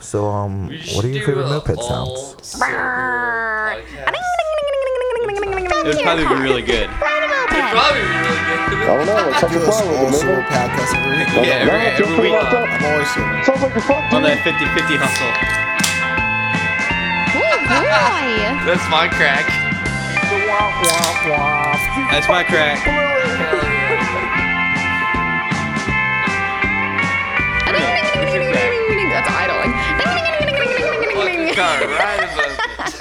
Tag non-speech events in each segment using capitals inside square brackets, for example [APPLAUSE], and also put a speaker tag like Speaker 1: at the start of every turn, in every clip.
Speaker 1: So, um,
Speaker 2: We
Speaker 1: what
Speaker 2: should
Speaker 1: are your
Speaker 2: do
Speaker 1: favorite
Speaker 2: a
Speaker 1: moped pet
Speaker 2: all
Speaker 1: sounds?
Speaker 2: silver podcast.
Speaker 3: It's probably be really good.
Speaker 2: It'd probably be really
Speaker 4: I
Speaker 2: good.
Speaker 4: don't know. What's up
Speaker 5: Do
Speaker 4: with
Speaker 5: a
Speaker 4: problem
Speaker 5: small
Speaker 4: with it,
Speaker 5: solo
Speaker 4: man?
Speaker 5: podcast every week.
Speaker 2: Yeah,
Speaker 4: No,
Speaker 2: every,
Speaker 4: it's just
Speaker 2: every
Speaker 4: pretty
Speaker 2: week.
Speaker 4: fucked up.
Speaker 5: I'm always solo.
Speaker 4: Sounds like a fuck,
Speaker 3: On
Speaker 4: dude.
Speaker 3: that 50 50 hustle.
Speaker 6: Oh
Speaker 2: That's my crack.
Speaker 3: That's my crack.
Speaker 2: Hell yeah.
Speaker 6: boy! That's
Speaker 2: Fuck the
Speaker 6: idling.
Speaker 2: car, right above it.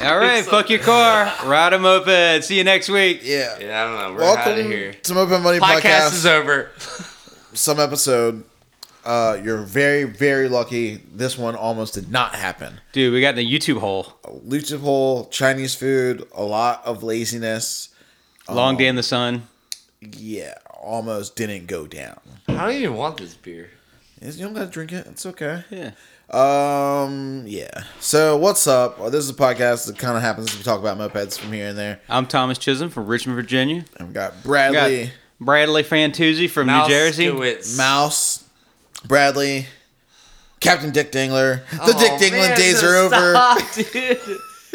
Speaker 3: All right,
Speaker 2: It's
Speaker 3: fuck your car. Ride a moped. See you next week.
Speaker 5: Yeah.
Speaker 2: Yeah, I don't know. We're out of
Speaker 5: Welcome
Speaker 2: here.
Speaker 5: to Moped Money
Speaker 2: Podcast,
Speaker 5: Podcast.
Speaker 2: is over.
Speaker 5: Some episode. Uh, you're very, very lucky. This one almost did not happen.
Speaker 3: Dude, we got in the YouTube hole.
Speaker 5: Lucha pole, Chinese food, a lot of laziness.
Speaker 3: Long
Speaker 5: Oh.
Speaker 3: day in the sun.
Speaker 5: Yeah, almost didn't go down.
Speaker 2: I don't even want this beer.
Speaker 5: You don't gotta drink it. It's okay.
Speaker 3: Yeah.
Speaker 5: Um, yeah. So what's up? Well, this is a podcast that kind of happens. We talk about mopeds from here and there.
Speaker 3: I'm Thomas Chisholm from Richmond, Virginia.
Speaker 5: And we got
Speaker 3: We got
Speaker 5: Bradley,
Speaker 3: Bradley Fantuzzi from
Speaker 2: Mouse
Speaker 3: New Jersey.
Speaker 2: Skewits.
Speaker 5: Mouse, Bradley, Captain Dick Dingler. The
Speaker 2: Oh,
Speaker 5: Dick Dingling
Speaker 2: man,
Speaker 5: days are
Speaker 2: just
Speaker 5: over.
Speaker 2: Stop,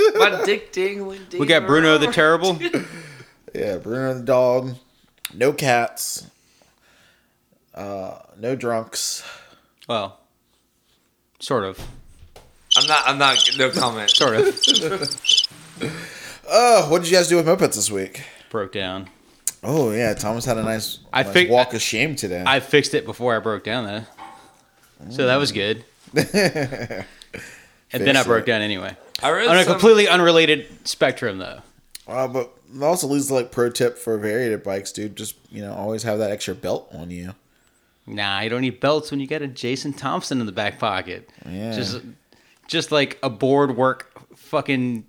Speaker 2: [LAUGHS] dude. My dick dingling.
Speaker 3: We got Bruno the Terrible.
Speaker 5: Yeah, Bruno the dog. No cats. Uh, no drunks.
Speaker 3: Well, sort of.
Speaker 2: I'm not. I'm not. No comment.
Speaker 3: Sort of.
Speaker 5: [LAUGHS] Oh, what did you guys do with mopeds this week?
Speaker 3: Broke down.
Speaker 5: Oh yeah, Thomas had a nice,
Speaker 3: I
Speaker 5: nice
Speaker 3: think-
Speaker 5: walk of shame today.
Speaker 3: I fixed it before I broke down, though. So that was
Speaker 5: [LAUGHS]
Speaker 3: good. and then I
Speaker 5: Fix
Speaker 3: broke
Speaker 5: it.
Speaker 3: down anyway.
Speaker 2: I read
Speaker 3: On a
Speaker 2: some-
Speaker 3: completely unrelated spectrum, though.
Speaker 5: Uh, but also leads to like pro tip for variated bikes, dude. Just you know, always have that extra belt on you.
Speaker 3: Nah, you don't need belts when you got a Jason Thompson in the back pocket.
Speaker 5: Yeah.
Speaker 3: Just, just like a board work fucking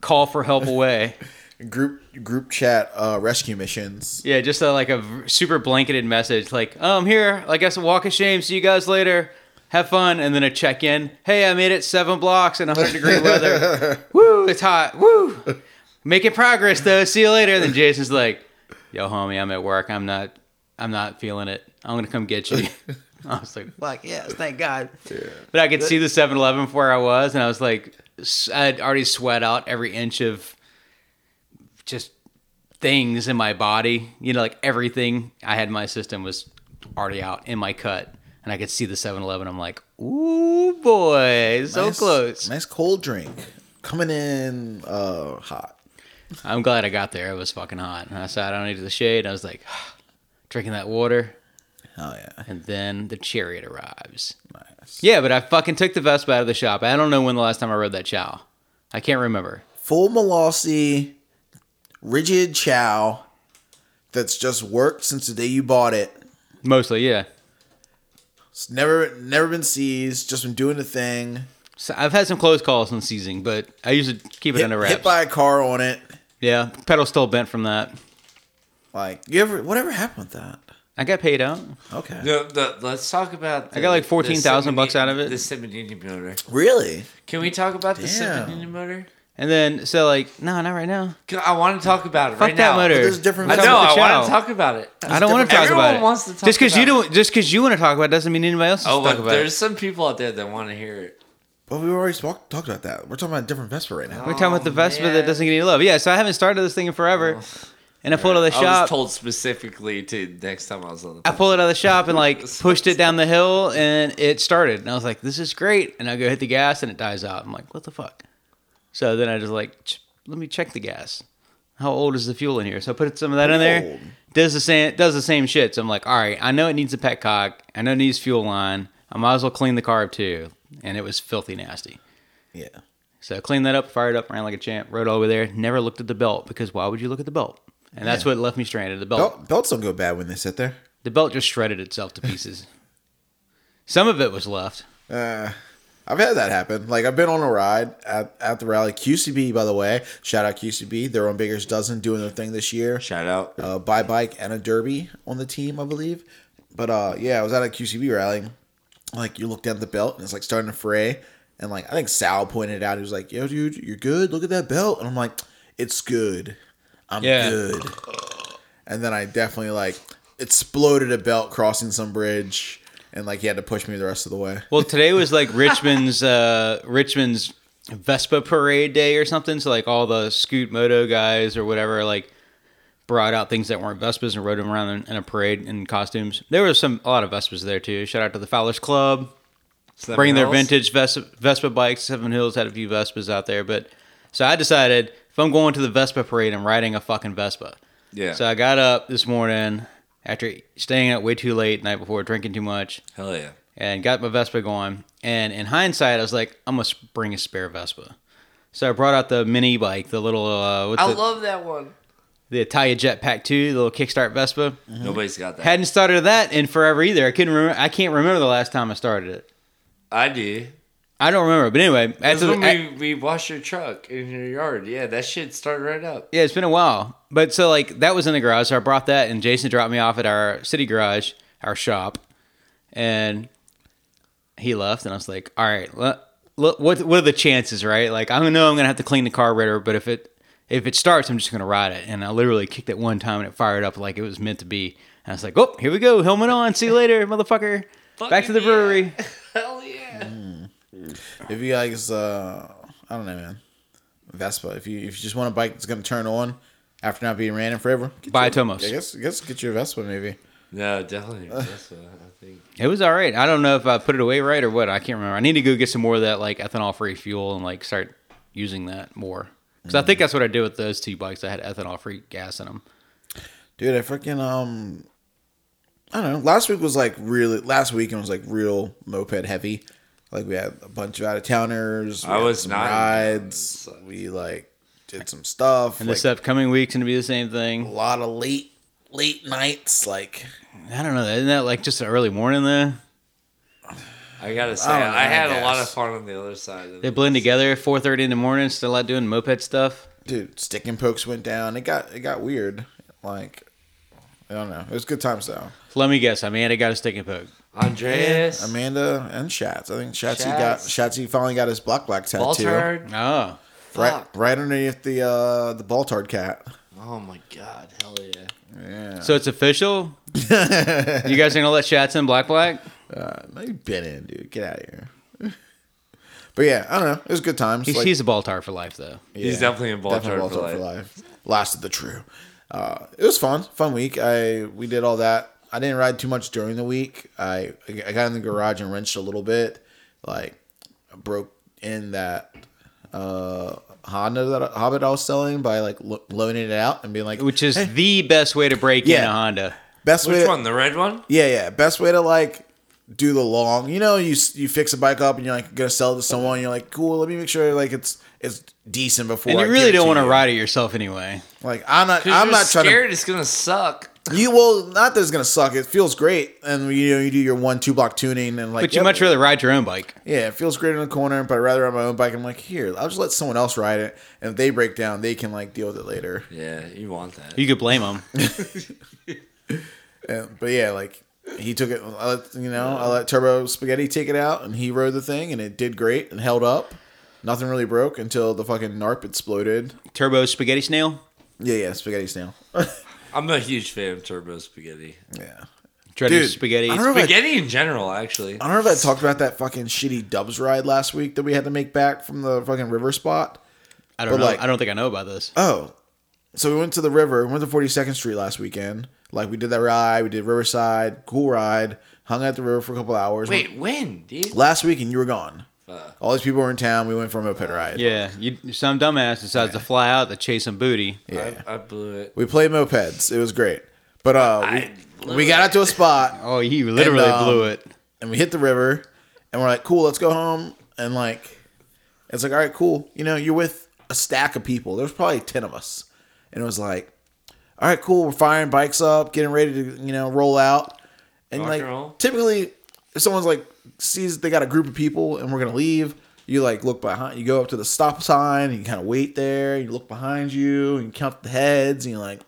Speaker 3: call for help away.
Speaker 5: group group chat uh, rescue missions.
Speaker 3: yeah, just a, like a v- super blanketed message like, oh, I'm here. I guess a walk of shame. See you guys later. Have fun. And then a check in. Hey, I made it seven blocks in 100 degree weather. Woo, it's hot. Woo. Making progress though. See you later. And then Jason's like, yo, homie, I'm at work. I'm not, I'm not feeling it. I'm going to come get you. I was like, fuck yes, thank God. But I could see the 7 Eleven from where I was, and I was like, s- I'd already sweat out every inch of just things in my body. You know, like everything I had in my system was already out in my cut. And I could see the 7 Eleven. I'm like, ooh, boy, so
Speaker 5: Nice-
Speaker 3: close.
Speaker 5: Nice cold drink coming in uh, hot.
Speaker 3: I'm glad I got there. It was fucking hot. And I sat down into the shade. I was like, [SIGHS] drinking that water.
Speaker 5: Hell Oh, yeah,
Speaker 3: And then the chariot arrives. Yeah, but I fucking took the Vespa out of the shop. I don't know when the last time I rode that chow. I can't remember.
Speaker 5: full Molossi, rigid chow. That's just worked since the day you bought it.
Speaker 3: Mostly, yeah.
Speaker 5: It's never never been seized. Just been doing the thing.
Speaker 3: So I've had some close calls on seizing, but I usually keep it
Speaker 5: Hit,
Speaker 3: under
Speaker 5: hit
Speaker 3: wraps.
Speaker 5: by a car on it.
Speaker 3: yeah, pedal still bent from that.
Speaker 5: Like you ever whatever happened with that?
Speaker 3: I got paid out.
Speaker 5: Okay,
Speaker 2: No, the, let's talk about. The,
Speaker 3: I got like
Speaker 2: the
Speaker 3: 14,000 bucks
Speaker 2: Semenini-
Speaker 3: out of it.
Speaker 2: The Semenini motor.
Speaker 5: really?
Speaker 2: Can we talk about the
Speaker 5: Damn.
Speaker 2: Semenini motor?
Speaker 3: And then, so like, no, not right now.
Speaker 2: Can- I want to talk about it
Speaker 3: Fuck
Speaker 2: right
Speaker 3: that
Speaker 2: now.
Speaker 3: motor.
Speaker 5: But there's different-
Speaker 2: I
Speaker 3: Talk
Speaker 2: know.
Speaker 3: about
Speaker 2: I
Speaker 3: the
Speaker 2: want
Speaker 3: chow.
Speaker 2: to talk about it.
Speaker 3: I don't want to talk
Speaker 2: different-
Speaker 3: about it.
Speaker 2: Everyone wants to talk
Speaker 3: just because you
Speaker 2: about
Speaker 3: don't, just because you want to talk about it doesn't mean anybody else
Speaker 2: Oh,
Speaker 3: wants to
Speaker 2: but
Speaker 3: talk about
Speaker 2: there's
Speaker 3: it.
Speaker 2: some people out there that want to hear it.
Speaker 5: But we already spoke, talked about that. We're talking about a different Vespa right now.
Speaker 3: We're talking about the
Speaker 2: Oh,
Speaker 3: Vespa
Speaker 2: man. Oh.
Speaker 3: that doesn't get any love. Yeah, so I haven't started this thing in forever, and I pulled it out of the
Speaker 2: I was
Speaker 3: shop.
Speaker 2: told specifically to next time I was on the.
Speaker 3: I pulled it out of the shop and
Speaker 2: [LAUGHS]
Speaker 3: like pushed it down the hill, and it started. And I was like, "This is great!" And I go hit the gas, and it dies out. I'm like, "What the fuck?" So then I just like, "Ch- "Let me check the gas. How old is the fuel in here?" So I put some of that in there.
Speaker 5: Old.
Speaker 3: Does the same does the same shit. So I'm like, "All right, I know it needs a pet cock. I know it needs fuel line. I might as well clean the carb too." And it was filthy nasty.
Speaker 5: Yeah.
Speaker 3: So I cleaned that up, fired up, ran like a champ, rode over there, never looked at the belt because why would you look at the belt? And that's what left me stranded. The belt,
Speaker 5: Belt, belts don't go bad when they sit there.
Speaker 3: the belt just shredded itself to pieces. Some of it was left.
Speaker 5: Uh, I've had that happen. Like I've been on a ride at, at the rally. QCB, by the way, shout out QCB. They're on Bigger's Dozen doing their thing this year.
Speaker 2: Shout out.
Speaker 5: Uh, by bike and a derby on the team, I believe. But uh, yeah, I was at a QCB rally. Like you look down at the belt and it's like starting to fray. And like I think Sal pointed out, he was like, "Yo, dude, you're good. Look at that belt." And I'm like, "It's good. I'm
Speaker 3: Yeah.
Speaker 5: good." And then I definitely like exploded a belt crossing some bridge. and like he had to push me the rest of the way.
Speaker 3: Well, today was like Richmond's uh, Richmond's Vespa Parade Day or something. So like all the Scoot Moto guys or whatever like brought out things that weren't Vespas and rode them around in, in a parade in costumes. There was some a lot of Vespas there too. Shout out to the Fowler's Club,
Speaker 2: Seven
Speaker 3: bringing their
Speaker 2: Hills?
Speaker 3: vintage Vespa, Vespa bikes. Seven Hills had a few Vespas out there, but so I decided if I'm going to the Vespa parade, I'm riding a fucking Vespa.
Speaker 2: Yeah.
Speaker 3: So I got up this morning after staying up way too late the night before, drinking too much
Speaker 2: Hell yeah.
Speaker 3: and got my Vespa going. And in hindsight, I was like, I'm gonna bring a spare Vespa. So I brought out the mini bike, the little uh, what's
Speaker 2: I
Speaker 3: the,
Speaker 2: love that one.
Speaker 3: the Italia Jetpack Two, the little kickstart Vespa.
Speaker 2: Nobody's got that.
Speaker 3: Hadn't started that in forever either. I couldn't remember. I can't remember the last time I started it.
Speaker 2: I do.
Speaker 3: I don't remember. But anyway,
Speaker 2: That's
Speaker 3: after the,
Speaker 2: when we, we wash your truck in your yard. Yeah, that shit started right up.
Speaker 3: Yeah, it's been a while. But so like that was in the garage, so I brought that and Jason dropped me off at our city garage, our shop, and he left and I was like, All right, le- le- what what are the chances, right? Like I know I'm gonna have to clean the carburetor, but if it if it starts, I'm just gonna ride it. And I literally kicked it one time and it fired up like it was meant to be. And I was like, Oh, here we go, helmet on, see you later, motherfucker. Back to the
Speaker 2: Fucking
Speaker 3: brewery.
Speaker 2: yeah. Hell yeah.
Speaker 3: Mm-hmm.
Speaker 5: If you guys, uh, I don't know, man, Vespa. If you if you just want a bike that's gonna turn on after not being ran in forever, get
Speaker 3: Buy
Speaker 5: your-
Speaker 3: a Tomos.
Speaker 5: I guess, I guess get your Vespa maybe.
Speaker 2: No,
Speaker 3: [LAUGHS]
Speaker 2: definitely. That's what I think.
Speaker 3: It was all right. I don't know if I put it away right or what. I can't remember. I need to go get some more of that like ethanol free fuel and like start using that more. Because I think
Speaker 5: Mm.
Speaker 3: that's what I did with those two bikes. I had ethanol free gas in them.
Speaker 5: Dude, I freaking um, I don't know. Last week was like really. Last weekend was like real moped heavy. Like we had a bunch of out of towners.
Speaker 2: I was not-
Speaker 5: rides. We like did some stuff.
Speaker 3: And
Speaker 5: like,
Speaker 3: this upcoming week's gonna be the same
Speaker 5: a
Speaker 3: thing.
Speaker 5: lot of late late nights. Like
Speaker 3: I don't know. Isn't that like just an early morning though?
Speaker 2: I gotta say,
Speaker 5: I
Speaker 2: I,
Speaker 5: don't know, I
Speaker 2: had a lot
Speaker 5: guess.
Speaker 2: of fun on the other side. Of
Speaker 3: They
Speaker 2: it.
Speaker 3: blend together. Four thirty in the morning. Still out doing moped stuff.
Speaker 5: dude, stick and pokes went down. It got it got weird. Like I don't know. It was good times though.
Speaker 3: Let me guess. Amanda got a stick and poke.
Speaker 2: Andreas,
Speaker 5: Amanda and Shats. I think Shatsy
Speaker 2: Shats.
Speaker 5: got Shatsy finally got his block black tattoo.
Speaker 2: Walter.
Speaker 3: Oh,
Speaker 5: Right,
Speaker 2: Fuck.
Speaker 5: right underneath the uh the Baltard cat.
Speaker 2: Oh my god, hell yeah.
Speaker 5: Yeah.
Speaker 3: so it's
Speaker 5: [LAUGHS]
Speaker 3: official. you guys are gonna let Shats in Black Black?
Speaker 5: Uh, no, you've been in, dude. Get out of here. [LAUGHS] but yeah, I don't know. It was good times.
Speaker 3: He's,
Speaker 5: Like,
Speaker 3: he's a ball tar for life though.
Speaker 2: He's definitely a ball tar
Speaker 5: definitely
Speaker 2: for
Speaker 5: Baltard Last of the true. Uh, it was fun, fun week. I we did all that. I didn't ride too much during the week. I I got in the garage and wrenched a little bit. Like I broke in that uh Honda that I- Hobbit I was selling by like lo- loaning it out and being like
Speaker 3: Which is the best way to break in
Speaker 5: Yeah.
Speaker 3: a Honda.
Speaker 5: best way.
Speaker 2: Which
Speaker 5: to-
Speaker 2: one? The red one?
Speaker 5: Yeah, yeah. Best way to like do the long. You know, you you fix a bike up and you're like gonna sell it to someone. you're like, cool. Let me make sure like it's it's decent before.
Speaker 3: And
Speaker 5: I
Speaker 3: you
Speaker 5: give
Speaker 3: really
Speaker 5: it
Speaker 3: don't want to
Speaker 5: you.
Speaker 3: ride it yourself anyway.
Speaker 5: Like I'm not.
Speaker 2: 'Cause
Speaker 5: I'm
Speaker 2: you're
Speaker 5: not trying
Speaker 2: scared it's gonna suck.
Speaker 5: to. You well, not that it's gonna suck. It feels great, and you know you do your one two block tuning and like.
Speaker 3: But you
Speaker 5: yep.
Speaker 3: much rather ride your own bike.
Speaker 5: Yeah, it feels great in the corner, but I'd rather on my own bike. I'm like, here, I'll just let someone else ride it, and if they break down, they can like deal with it later.
Speaker 2: Yeah, you want that.
Speaker 3: You could blame them.
Speaker 5: And, but yeah, like he took it. I let, you know, I let Turbo Spaghetti take it out, and he rode the thing, and it did great and held up. Nothing really broke until the fucking NARP exploded.
Speaker 3: Turbo spaghetti snail.
Speaker 5: Yeah, yeah, spaghetti snail.
Speaker 2: I'm a huge fan of turbo spaghetti.
Speaker 5: yeah,
Speaker 3: Dreaded
Speaker 5: Dude,
Speaker 3: spaghetti.
Speaker 5: I don't know if I-
Speaker 2: Spaghetti in general, actually.
Speaker 5: I don't know if I talked about that fucking shitty Dubs ride last week that we had to make back from the fucking river spot.
Speaker 3: I don't
Speaker 5: but
Speaker 3: know.
Speaker 5: like-
Speaker 3: I don't think I know about this.
Speaker 5: Oh, so we went to the river. We went to Forty Second Street last weekend. Like we did that ride. We did Riverside, cool ride. Hung out at the river for a couple hours.
Speaker 2: Wait, Uh. when, dude?
Speaker 5: last week and you were gone.
Speaker 2: Fuck.
Speaker 5: All these people were in town. We went for a moped ride.
Speaker 3: Yeah, you, some dumbass decides to fly out to chase some booty.
Speaker 5: yeah.
Speaker 2: I, I blew it.
Speaker 5: We played mopeds. It was great. But uh,
Speaker 2: I
Speaker 5: we,
Speaker 2: blew
Speaker 5: we got out to a spot
Speaker 3: Oh, he literally
Speaker 5: And, um,
Speaker 3: blew it.
Speaker 5: and we hit the river and we're like, cool, let's go home. And like, it's like, all right, cool. You know, you're with a stack of people. There's probably 10 of us. And it was like, all right, cool. We're firing bikes up, getting ready to, you know, roll out. And
Speaker 2: Rock
Speaker 5: like,
Speaker 2: and roll.
Speaker 5: typically, if someone's like, sees they got a group of people and we're going to leave, you like look behind, you go up to the stop sign and you kind of wait there. You look behind you and you count the heads and you're like,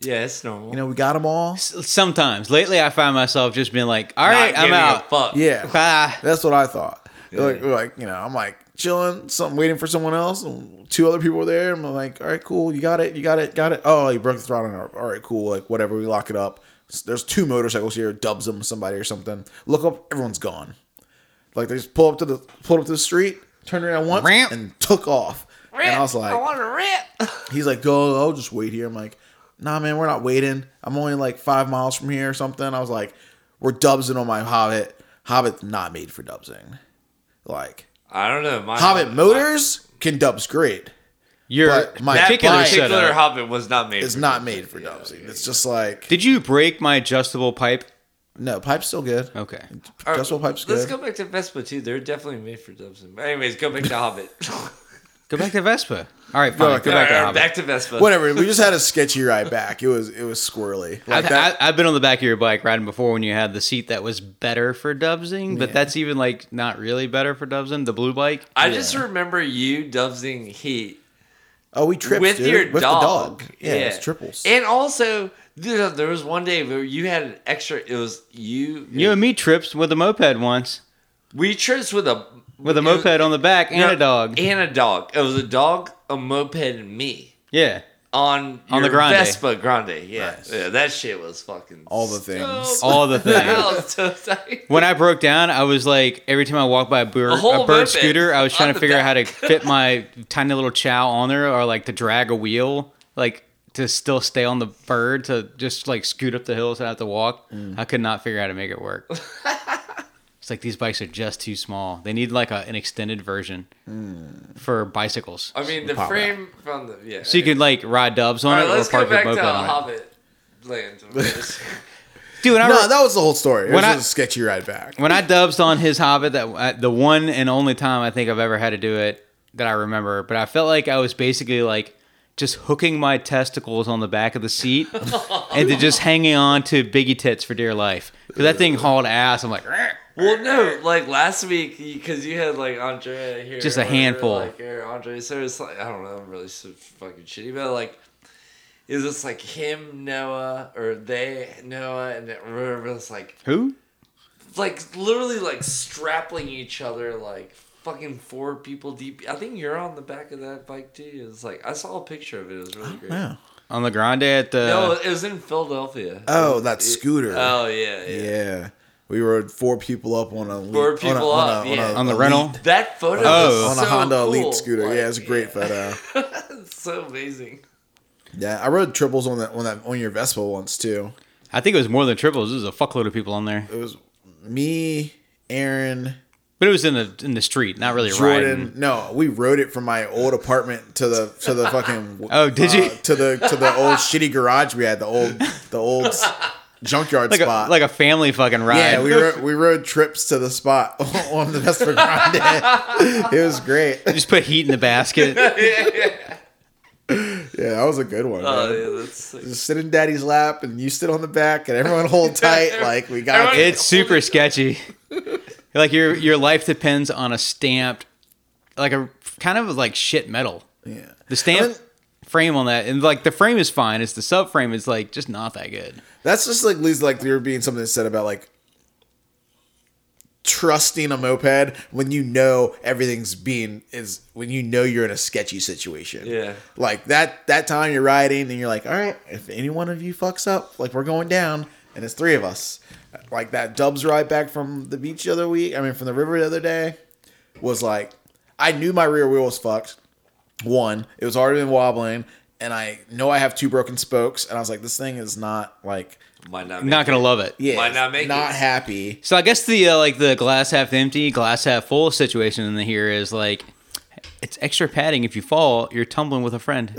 Speaker 2: Yeah, it's normal.
Speaker 5: you know, we got them all.
Speaker 3: S- Sometimes lately, I find myself just being like, "All
Speaker 2: Not
Speaker 3: right, I'm
Speaker 2: giving a
Speaker 3: out."
Speaker 2: fuck.
Speaker 5: Yeah.
Speaker 3: Bye.
Speaker 5: [LAUGHS] That's what I thought. Like, like, you know, I'm like chilling, something waiting for someone else. And two other people were there. and I'm like, all right, cool, you got it, you got it, got it. Oh, you broke the throttle. knob. All right, cool, like whatever. We lock it up. There's two motorcycles here. Dubs them somebody or something. Look up. Everyone's gone. Like they just pull up to the pulled up to the street, turned around once,
Speaker 3: Ramp.
Speaker 5: and took off. and I was like,
Speaker 2: to rip. [LAUGHS]
Speaker 5: He's like, "Go, I'll just wait here." I'm like, "Nah, man, we're not waiting. I'm only like five miles from here or something." I was like, "We're dubsing on my Hobbit. Hobbit's not made for dubsing. Like
Speaker 2: I don't know. My
Speaker 5: Hobbit motors can dubs great.
Speaker 3: Your
Speaker 5: But my
Speaker 3: particular
Speaker 5: bike-
Speaker 2: particular
Speaker 3: setup.
Speaker 2: Hobbit was not made.
Speaker 5: It's
Speaker 2: for
Speaker 5: not
Speaker 2: dubstep.
Speaker 5: made for
Speaker 2: Yeah,
Speaker 5: dubsing. It's just like
Speaker 3: Did you break my adjustable pipe?
Speaker 5: no pipe's still good.
Speaker 3: Okay.
Speaker 2: All right,
Speaker 5: Adjustable pipe's
Speaker 2: Let's
Speaker 5: good.
Speaker 2: go back to Vespa too. They're definitely made for dubstep. But anyways, go back to Hobbit.
Speaker 5: [LAUGHS]
Speaker 3: Go back to Vespa. All right, fine.
Speaker 5: back
Speaker 3: Go
Speaker 5: to-
Speaker 3: back to
Speaker 2: Alright,
Speaker 3: Hobbit.
Speaker 2: back to Vespa.
Speaker 5: Whatever. We just had a sketchy ride back. It was it was squirrely. Like
Speaker 3: I've,
Speaker 5: that.
Speaker 3: I- I've been on the back of your bike riding before when you had the seat that was better for dubsing, but that's even like not really better for dubsing. The blue bike.
Speaker 2: I just remember you dubsing heat
Speaker 5: oh, we tripped
Speaker 2: with
Speaker 5: dude,
Speaker 2: your
Speaker 5: with
Speaker 2: dog.
Speaker 5: the dog. Yeah, it's triples.
Speaker 2: And also, there there was one day where you had an extra. It was you.
Speaker 3: you and me trips with a moped once
Speaker 2: we trips with a
Speaker 3: with a
Speaker 2: it was-
Speaker 3: moped on the back and
Speaker 2: no,
Speaker 3: a dog.
Speaker 2: and a dog. It was a dog, a moped, and me
Speaker 3: yeah.
Speaker 2: on
Speaker 3: On the
Speaker 2: your
Speaker 3: Grande.
Speaker 2: Vespa Grande. Yeah,
Speaker 5: Nice.
Speaker 2: yeah, that shit was fucking
Speaker 5: All the things.
Speaker 2: [LAUGHS] stoked.
Speaker 3: All the things.
Speaker 2: I was so excited.
Speaker 3: When I broke down, I was like, every time I walked by a bird,
Speaker 2: A whole
Speaker 3: a bird
Speaker 2: moped
Speaker 3: scooter, I was
Speaker 2: on
Speaker 3: trying
Speaker 2: [LAUGHS]
Speaker 3: to
Speaker 2: the
Speaker 3: figure out how to
Speaker 2: back.
Speaker 3: fit my tiny little chow on there or like to drag a wheel, like to still stay on the bird to just like scoot up the hills and have to walk.
Speaker 5: Mm.
Speaker 3: I could not figure out how to make
Speaker 2: [LAUGHS]
Speaker 3: it work. it's like these bikes are just too small. They need like a, an extended version for bicycles.
Speaker 2: I mean, the
Speaker 5: Mm. Pop
Speaker 2: frame from the yeah.
Speaker 3: so you could like ride dubs on
Speaker 2: All right,
Speaker 3: it or
Speaker 2: let's go
Speaker 3: park your
Speaker 2: back
Speaker 3: moped
Speaker 2: to
Speaker 3: on it.
Speaker 2: Hobbit
Speaker 5: [LAUGHS]
Speaker 2: Land.
Speaker 3: Dude, when I
Speaker 5: no,
Speaker 3: ro-
Speaker 5: that was the whole story. It
Speaker 3: When
Speaker 5: was
Speaker 3: I-
Speaker 5: just a sketchy ride back.
Speaker 3: when I dubs on his Hobbit, that uh, the one and only time I think I've ever had to do it that I remember, but I felt like I was basically like just hooking my testicles on the back of the seat and to just hanging on to Biggie tits for dear life. 'Cause that thing hauled ass. I'm like, "Rrr."
Speaker 2: Well, no, like last week because you had like Andre here,
Speaker 3: Just a
Speaker 2: or whatever,
Speaker 3: handful.
Speaker 2: like here, Andre. So it's like I don't know, I'm really so fucking shitty, but like, is this like him, Noah, or they, Noah, and whatever? It's like,
Speaker 3: who?
Speaker 2: like literally like strapping each other, like fucking four people deep. I think you're on the back of that bike too. It's like I saw a picture of it. It was really great.
Speaker 5: Yeah.
Speaker 3: On the Grande at the.
Speaker 2: No, it was in Philadelphia.
Speaker 5: Oh, that scooter.
Speaker 2: Oh yeah, yeah.
Speaker 5: Yeah. We rode four people up on a le-
Speaker 2: Four
Speaker 5: on a-
Speaker 2: people
Speaker 5: on a-
Speaker 2: up,
Speaker 5: on a-
Speaker 2: yeah.
Speaker 5: on
Speaker 3: On the
Speaker 5: a
Speaker 3: rental?
Speaker 5: Lead,
Speaker 2: That photo
Speaker 3: Oh.
Speaker 2: was
Speaker 5: on a
Speaker 2: so
Speaker 5: Honda
Speaker 2: cool.
Speaker 5: Elite scooter.
Speaker 2: Like,
Speaker 5: yeah, it's a great photo.
Speaker 2: It's so amazing.
Speaker 5: Yeah, I rode triples on that on that on your Vespa once too.
Speaker 3: I think it was more than triples. There was a fuckload of people on there,
Speaker 5: It was me, Aaron,
Speaker 3: but it was in the in the street, not really
Speaker 5: Jordan.
Speaker 3: riding.
Speaker 5: No, we rode it from my old apartment to the to the fucking
Speaker 3: [LAUGHS]
Speaker 5: uh,
Speaker 3: Oh, did you?
Speaker 5: to the to the old shitty garage we had the old the old s- junkyard
Speaker 3: Like
Speaker 5: spot.
Speaker 3: a, like a family fucking ride.
Speaker 5: yeah, we rode, we rode trips to the spot [LAUGHS] on the Vespa Grande. [LAUGHS] it was great.
Speaker 3: [LAUGHS] just put heat in the
Speaker 5: [LAUGHS]
Speaker 3: basket.
Speaker 5: Yeah, that was a good one. man.
Speaker 2: Oh yeah, that's sick.
Speaker 5: just sit in daddy's lap and you sit on the back and everyone hold tight like we got
Speaker 2: Everyone-
Speaker 5: it.
Speaker 3: It's
Speaker 5: [LAUGHS]
Speaker 3: super sketchy. [LAUGHS] Like your your life depends on a stamped, like a kind of like shit metal.
Speaker 5: Yeah.
Speaker 3: The stamp
Speaker 5: And then-
Speaker 3: frame on that, and like the frame is fine. It's the subframe is like just not that good.
Speaker 5: That's just like leads like there being something said about like trusting a moped when you know everything's being is when you know you're in a sketchy situation.
Speaker 2: Yeah.
Speaker 5: Like that that time you're riding and you're like, all right, if any one of you fucks up, like we're going down and it's three of us. Like that dubs ride back from the beach the other week, I mean from the river the other day was like I knew my rear wheel was fucked. One, it was already been wobbling, and I know I have two broken spokes, and I was like, this thing is not like
Speaker 2: Might not.
Speaker 3: I'm not gonna love it.
Speaker 5: yeah,
Speaker 2: Why
Speaker 5: it's
Speaker 2: not make
Speaker 5: not
Speaker 2: it?
Speaker 5: happy.
Speaker 3: So I guess the uh, like the glass half empty, glass half full situation in here is like it's extra padding. If you fall, you're tumbling with a
Speaker 5: [LAUGHS]
Speaker 3: friend.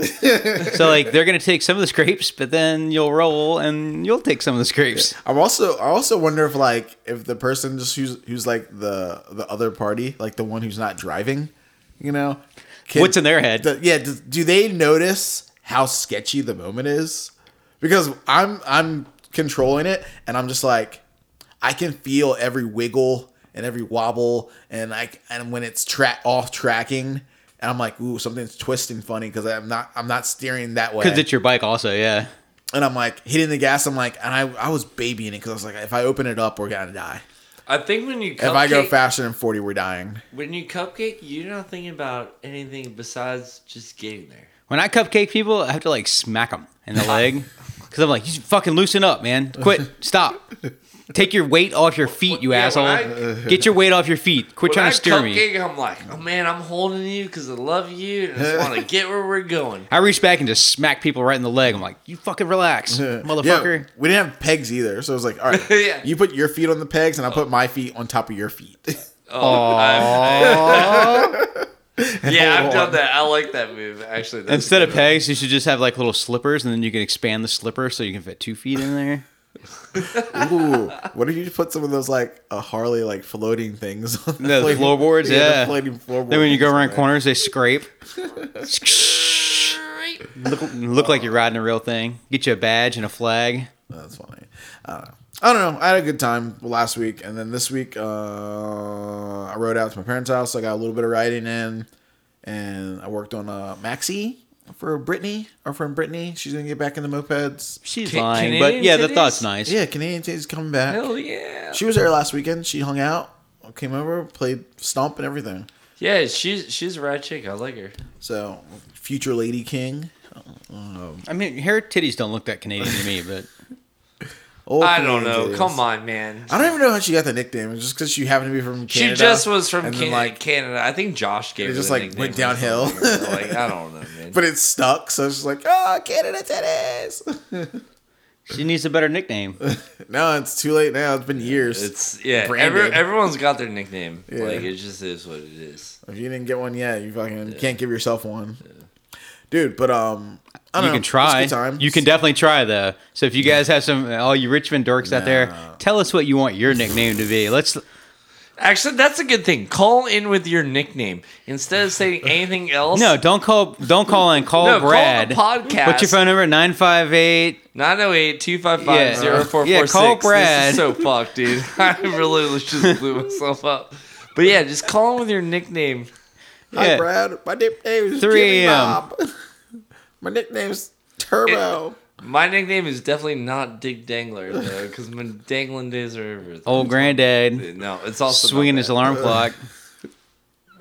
Speaker 3: so like they're gonna take some of the scrapes, but then you'll roll and you'll take some of the scrapes.
Speaker 5: I'm also I also wonder if like if the person just who's who's like the the other party, like the one who's not driving, you know, can-
Speaker 3: What's in their head?
Speaker 5: the- yeah, do, do they notice how sketchy the moment is? Because I'm I'm controlling it, and I'm just like, I can feel every wiggle and every wobble, and like and when it's track off tracking, and I'm like, ooh, something's twisting funny because I'm not I'm not steering that way
Speaker 3: Because it's your bike, also. Yeah.
Speaker 5: and I'm like hitting the gas. I'm like, and I, I was babying it because I was like, if I open it up, we're gonna die.
Speaker 2: I think when you cupcake,
Speaker 5: If I go faster than forty, we're dying.
Speaker 2: when you cupcake, you're not thinking about anything besides just getting there.
Speaker 3: When I cupcake people, I have to like smack them in the leg because I'm like, you should fucking loosen up, man. Quit. Stop. Take your weight off your feet, you
Speaker 2: Yeah,
Speaker 3: asshole.
Speaker 2: when [LAUGHS]
Speaker 3: Get your weight off your feet. Quit
Speaker 2: When
Speaker 3: trying
Speaker 2: I
Speaker 3: to steer me.
Speaker 2: cupcake, I'm like, oh man, I'm holding you because I love you and I just
Speaker 3: [LAUGHS]
Speaker 2: want to get where we're going.
Speaker 3: I reach back and just smack people right in the leg. I'm like, you fucking relax, motherfucker.
Speaker 5: Yeah, we didn't have pegs either, so it was like, all right,
Speaker 2: [LAUGHS] Yeah.
Speaker 5: you put your feet on the pegs, and I put my feet on top of
Speaker 2: [LAUGHS]
Speaker 5: your feet.
Speaker 2: Oh,
Speaker 3: [LAUGHS]
Speaker 2: I've- yeah, I've done that. I like that move actually. That's
Speaker 3: Instead
Speaker 2: good.
Speaker 3: of pegs, you should just have like little slippers, and then you can expand the slipper so you can fit two feet in
Speaker 2: [LAUGHS]
Speaker 3: there.
Speaker 5: Ooh, what if you put some of those like a Harley like floating things on
Speaker 3: The
Speaker 5: [LAUGHS] floating-
Speaker 3: floorboards,
Speaker 5: the
Speaker 3: yeah.
Speaker 5: floating floorboards.
Speaker 3: Then when you go around
Speaker 5: Right.
Speaker 3: corners,
Speaker 2: [LAUGHS]
Speaker 3: they scrape. look, look like you're riding a real thing. Get you a badge and a flag.
Speaker 5: That's funny. I don't know. I don't know. I had a good time last week, and then this week uh, I rode out to my parents' house. I got a little bit of riding in, and I worked on uh, Maxi for Brittany, our friend Brittany. She's gonna get back in the mopeds.
Speaker 3: She's
Speaker 2: Ca-
Speaker 3: lying, but
Speaker 2: Canadian
Speaker 3: yeah, the
Speaker 2: titties?
Speaker 3: thought's nice.
Speaker 5: Yeah, Canadian Tate's coming back.
Speaker 2: Hell yeah.
Speaker 5: She was there last weekend. She hung out, came over, played stomp and everything.
Speaker 2: Yeah, she's she's a rad chick. I like her.
Speaker 5: So future lady king.
Speaker 3: I mean, her titties don't look that Canadian to me, but
Speaker 5: Old
Speaker 2: I don't
Speaker 5: Canadian
Speaker 2: know.
Speaker 5: titties.
Speaker 2: Come on, man.
Speaker 5: I don't even know how she got the nickname. It was just because she happened to be from
Speaker 2: She
Speaker 5: Canada.
Speaker 2: just was from
Speaker 5: and then,
Speaker 2: Can-
Speaker 5: like,
Speaker 2: Canada. I think Josh gave
Speaker 5: it
Speaker 2: her
Speaker 5: just,
Speaker 2: the
Speaker 5: like,
Speaker 2: nickname
Speaker 5: went
Speaker 2: or
Speaker 5: downhill.
Speaker 2: something. like
Speaker 5: [LAUGHS]
Speaker 2: I don't know, man.
Speaker 5: but it stuck. So it's just like, oh, Canada titties.
Speaker 3: she needs a better nickname.
Speaker 5: [LAUGHS] no, it's too late now. It's been years.
Speaker 2: it's yeah.
Speaker 5: branded.
Speaker 2: Every, everyone's got their nickname.
Speaker 5: Yeah.
Speaker 2: Like it just is what it is.
Speaker 5: if you didn't get one yet, you fucking can't give yourself one, dude. But um, I don't
Speaker 3: You
Speaker 5: know.
Speaker 3: can try.
Speaker 5: It's a good time.
Speaker 3: You can definitely try though. So if you guys have some, all you Richmond dorks out there, tell us what you want your nickname to be. Let's.
Speaker 2: Actually, that's a good thing. Call in with your nickname instead of
Speaker 5: [LAUGHS]
Speaker 2: saying anything else.
Speaker 3: No, don't call. Don't call in. Call
Speaker 2: No, call the
Speaker 3: Brad.
Speaker 2: podcast.
Speaker 3: What's your phone number? Nine five eight.
Speaker 2: 908 255
Speaker 3: Yeah,
Speaker 2: 0446.
Speaker 3: call
Speaker 2: This
Speaker 3: Brad.
Speaker 2: is so fucked, dude. [LAUGHS] I really just blew myself up. But yeah, just call him with your nickname.
Speaker 5: Hi,
Speaker 3: Yeah.
Speaker 5: Brad. My nickname
Speaker 3: 3
Speaker 5: is Jimmy
Speaker 3: a.m..
Speaker 5: Bob. [LAUGHS] My nickname's Turbo.
Speaker 2: My nickname is definitely not Dick Dangler, though, because my dangling days are over.
Speaker 3: Old granddad
Speaker 2: No, it's also.
Speaker 3: swinging
Speaker 2: not
Speaker 3: his
Speaker 2: that.
Speaker 3: alarm clock.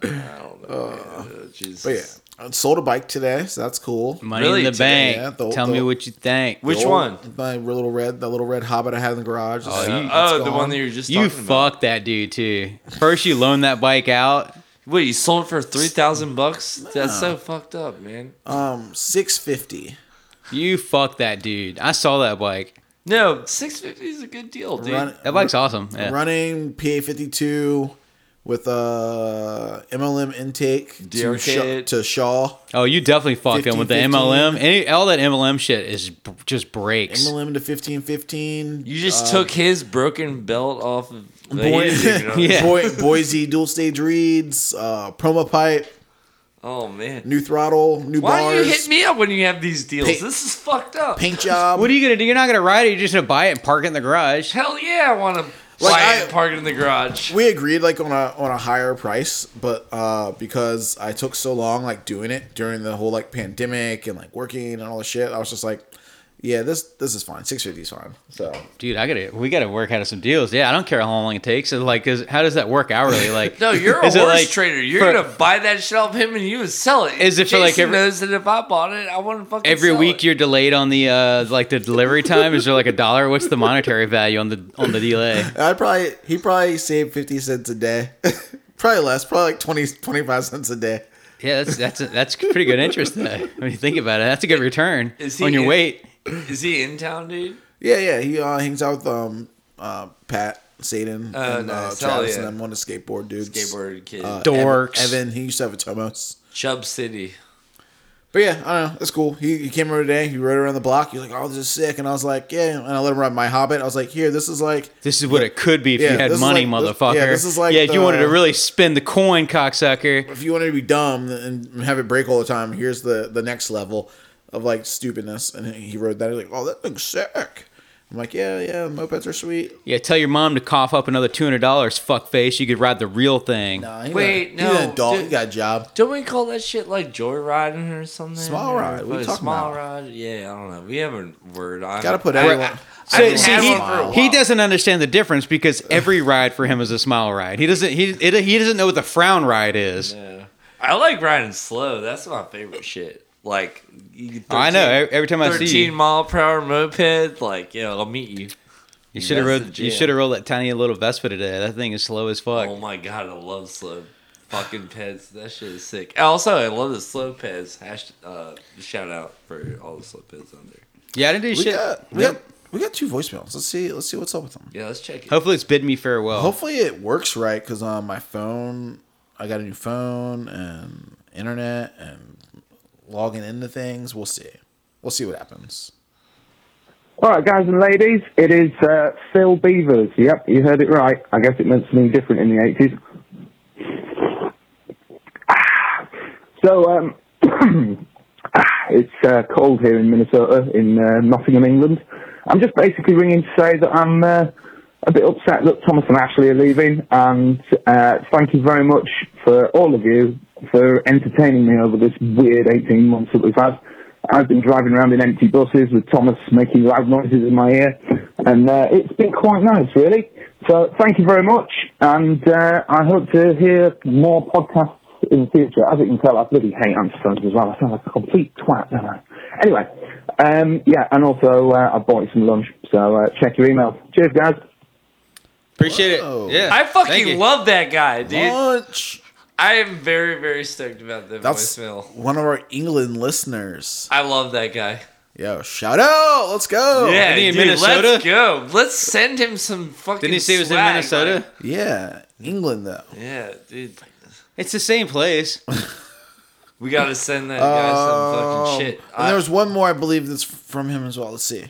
Speaker 2: I don't know. man. Uh, Jesus.
Speaker 5: Oh. but yeah, I sold a bike today, so that's cool.
Speaker 3: Money
Speaker 2: Really,
Speaker 3: in the
Speaker 2: today,
Speaker 3: bank.
Speaker 5: yeah, the-
Speaker 3: tell
Speaker 5: the-
Speaker 3: me what you think.
Speaker 2: Which
Speaker 5: The
Speaker 2: one?
Speaker 5: old- My little red, that little red hobbit I had in the garage.
Speaker 2: Uh,
Speaker 5: It's-
Speaker 2: Oh,
Speaker 5: it's
Speaker 2: the
Speaker 5: gone.
Speaker 2: one that you were just
Speaker 3: you
Speaker 2: talking about.
Speaker 3: fucked that dude too. First you loaned that bike out.
Speaker 2: Wait, you sold it for 3000 bucks? That's so fucked up, man.
Speaker 5: um six fifty.
Speaker 3: You fucked that dude. I saw that bike.
Speaker 2: No, 650 is a good deal, dude.
Speaker 5: Run,
Speaker 3: That bike's awesome. Yeah.
Speaker 5: running PA fifty two with uh MLM intake to,
Speaker 2: DRK
Speaker 5: Shaw,
Speaker 2: it.
Speaker 5: to Shaw.
Speaker 3: Oh, you definitely fucked him with the
Speaker 5: 15,
Speaker 3: MLM. Any, all that MLM shit is b- just breaks.
Speaker 5: MLM to fifteen fifteen.
Speaker 2: You just took his broken belt off of.
Speaker 5: Uh, Boy, [LAUGHS]
Speaker 3: Yeah.
Speaker 5: Boy,
Speaker 2: [LAUGHS]
Speaker 5: Boise dual stage reads, uh, promo pipe,
Speaker 2: Oh, man.
Speaker 5: new throttle, new
Speaker 2: Why
Speaker 5: bars,
Speaker 2: don't you hit me up when you have these deals?
Speaker 5: Paint-
Speaker 2: this is fucked up.
Speaker 5: paint job.
Speaker 3: What are you gonna do? You're not gonna ride it. You're just gonna buy it and park it in the garage.
Speaker 2: Hell yeah, I want to
Speaker 5: Like,
Speaker 2: buy
Speaker 5: I-
Speaker 2: it and park it in the
Speaker 5: [LAUGHS]
Speaker 2: garage.
Speaker 5: we agreed like on a on a higher price, but uh because I took so long like doing it during the whole like pandemic and like working and all the shit, I was just like, yeah, this this is fine. Six fifty is fine. So
Speaker 3: Dude, I gotta. We gotta work out some deals. Yeah, I don't care how long it takes. It's like, is, how does that work
Speaker 5: [LAUGHS]
Speaker 3: hourly? Like,
Speaker 2: No, you're a
Speaker 3: is
Speaker 2: horse
Speaker 3: it like
Speaker 2: trader. You're
Speaker 3: for-
Speaker 2: gonna buy that shit off him and you would sell it.
Speaker 3: Is it for,
Speaker 2: Jason
Speaker 3: like, every-
Speaker 2: knows that if I bought it, I wouldn't fucking
Speaker 3: every
Speaker 2: sell
Speaker 3: week
Speaker 2: it.
Speaker 3: you're delayed on the uh like the delivery time is there like a dollar what's the monetary value on the on the
Speaker 5: [LAUGHS]
Speaker 3: delay
Speaker 5: I probably he probably saved fifty cents a day, [LAUGHS] probably less, probably like 20, 25 cents a day.
Speaker 3: yeah that's that's that's pretty good interest though when you think about it that's a good return
Speaker 2: Is he
Speaker 3: on your
Speaker 2: in-
Speaker 3: weight
Speaker 2: Is he in town, dude?
Speaker 5: Yeah, yeah. He uh, hangs out with um uh Pat Satan
Speaker 2: Oh,
Speaker 5: and
Speaker 2: nice.
Speaker 5: uh,
Speaker 2: Hell
Speaker 5: Travis
Speaker 2: yeah.
Speaker 5: and them on the skateboard dudes.
Speaker 2: Skateboard kid.
Speaker 5: Uh,
Speaker 3: Dorks.
Speaker 5: Evan, Evan, he used to have a Tomos.
Speaker 2: Chubb City.
Speaker 5: But yeah, I don't know. That's cool. He, he came over today. He rode around the block. He was like, "Oh, this is sick," and I was like, "Yeah." And I let him ride my Hobbit. I was like, "Here, this is like
Speaker 3: this is what it could be if
Speaker 5: Yeah,
Speaker 3: you had
Speaker 5: this is
Speaker 3: money
Speaker 5: like- this-
Speaker 3: motherfucker
Speaker 5: yeah, this is like
Speaker 3: yeah if you wanted
Speaker 5: the-
Speaker 3: to really spin the coin cocksucker
Speaker 5: if you wanted to be dumb and have it break all the time. Here's the the next level of like stupidness." And he rode that. He's like, "Oh, that thing's sick." I'm like, "Yeah, yeah. Mopeds are sweet."
Speaker 3: yeah tell your mom to cough up another $200 fuckface you could ride the real thing
Speaker 5: Nah, he
Speaker 2: Wait,
Speaker 5: got, he's an
Speaker 2: no,
Speaker 5: adult.
Speaker 2: dude.
Speaker 5: He got a job.
Speaker 2: Don't we call that shit like joyriding or something?
Speaker 5: Small
Speaker 2: Or
Speaker 5: ride. What are you
Speaker 2: a
Speaker 5: talking
Speaker 2: small
Speaker 5: about?
Speaker 2: ride. Yeah, I don't know. We have a word. I
Speaker 5: Gotta put
Speaker 2: I-
Speaker 5: everyone-
Speaker 2: I-
Speaker 5: So-
Speaker 2: I haven't
Speaker 5: so
Speaker 2: had
Speaker 5: he-
Speaker 2: one for a while.
Speaker 3: he doesn't understand the difference because every ride for him is a smile ride. He doesn't he it, he doesn't know what the frown ride is.
Speaker 2: Yeah. I like riding slow. That's my favorite shit. Like, you, 13,
Speaker 3: Oh, I know. Every every time I see
Speaker 2: 13
Speaker 3: you,
Speaker 2: mile per hour moped. Like, yeah, I'll meet you.
Speaker 3: you should have
Speaker 2: that's
Speaker 3: rode.
Speaker 2: the
Speaker 3: You
Speaker 2: jam.
Speaker 3: should have rolled that tiny little Vespa today. That thing is slow as fuck.
Speaker 2: Oh my god, I love slow fucking peds. That shit is sick. Also, I love the slow peds. Hash, uh, shout out for all the slow peds on there.
Speaker 3: yeah, I didn't do
Speaker 5: We
Speaker 3: shit.
Speaker 5: got we got we got two voicemails. Let's see let's see what's up with them.
Speaker 2: Yeah, let's check it.
Speaker 3: Hopefully, it's bid me farewell.
Speaker 5: Hopefully it works right because on my phone I got a new phone and internet and logging into things. We'll see. We'll see what happens.
Speaker 1: All right, guys and ladies, it is uh, Phil Beavers. Yep, you heard it right. I guess it meant something different in the 80s. Ah. So, um, [COUGHS] ah, it's uh, cold here in Minnesota, in uh, Nottingham, England. I'm just basically ringing to say that I'm uh, a bit upset that Thomas and Ashley are leaving, and uh, thank you very much for all of you for entertaining me over this weird 18 months that we've had. I've been driving around in empty buses with Thomas making loud noises in my ear, and uh, it's been quite nice, really. So thank you very much, and uh, I hope to hear more podcasts in the future. As you can tell, I bloody hate Amsterdam as well. I sound like a complete twat, don't I? Anyway, um, yeah, and also uh, I bought you some lunch, so uh, check your email. Cheers, guys.
Speaker 3: Appreciate
Speaker 5: Whoa.
Speaker 3: it. Yeah,
Speaker 2: I
Speaker 3: Thank you.
Speaker 2: fucking love that guy, dude.
Speaker 5: Lunch.
Speaker 2: I am very, very stoked about the
Speaker 5: That's
Speaker 2: voicemail.
Speaker 5: one of our England listeners.
Speaker 2: I love that guy.
Speaker 5: Yo, shout out. Let's go.
Speaker 2: yeah,
Speaker 3: and Oh, he in
Speaker 2: dude,
Speaker 3: Minnesota?
Speaker 2: let's go. Let's send him some fucking.
Speaker 3: Didn't he say it was in
Speaker 2: swag,
Speaker 3: Minnesota?
Speaker 2: like-
Speaker 5: Yeah, England though.
Speaker 2: yeah, dude.
Speaker 3: It's the same place.
Speaker 2: We gotta send that guy some
Speaker 5: Um,
Speaker 2: fucking shit.
Speaker 5: And
Speaker 2: I-
Speaker 5: there's one more, I believe, that's from him as well. Let's see.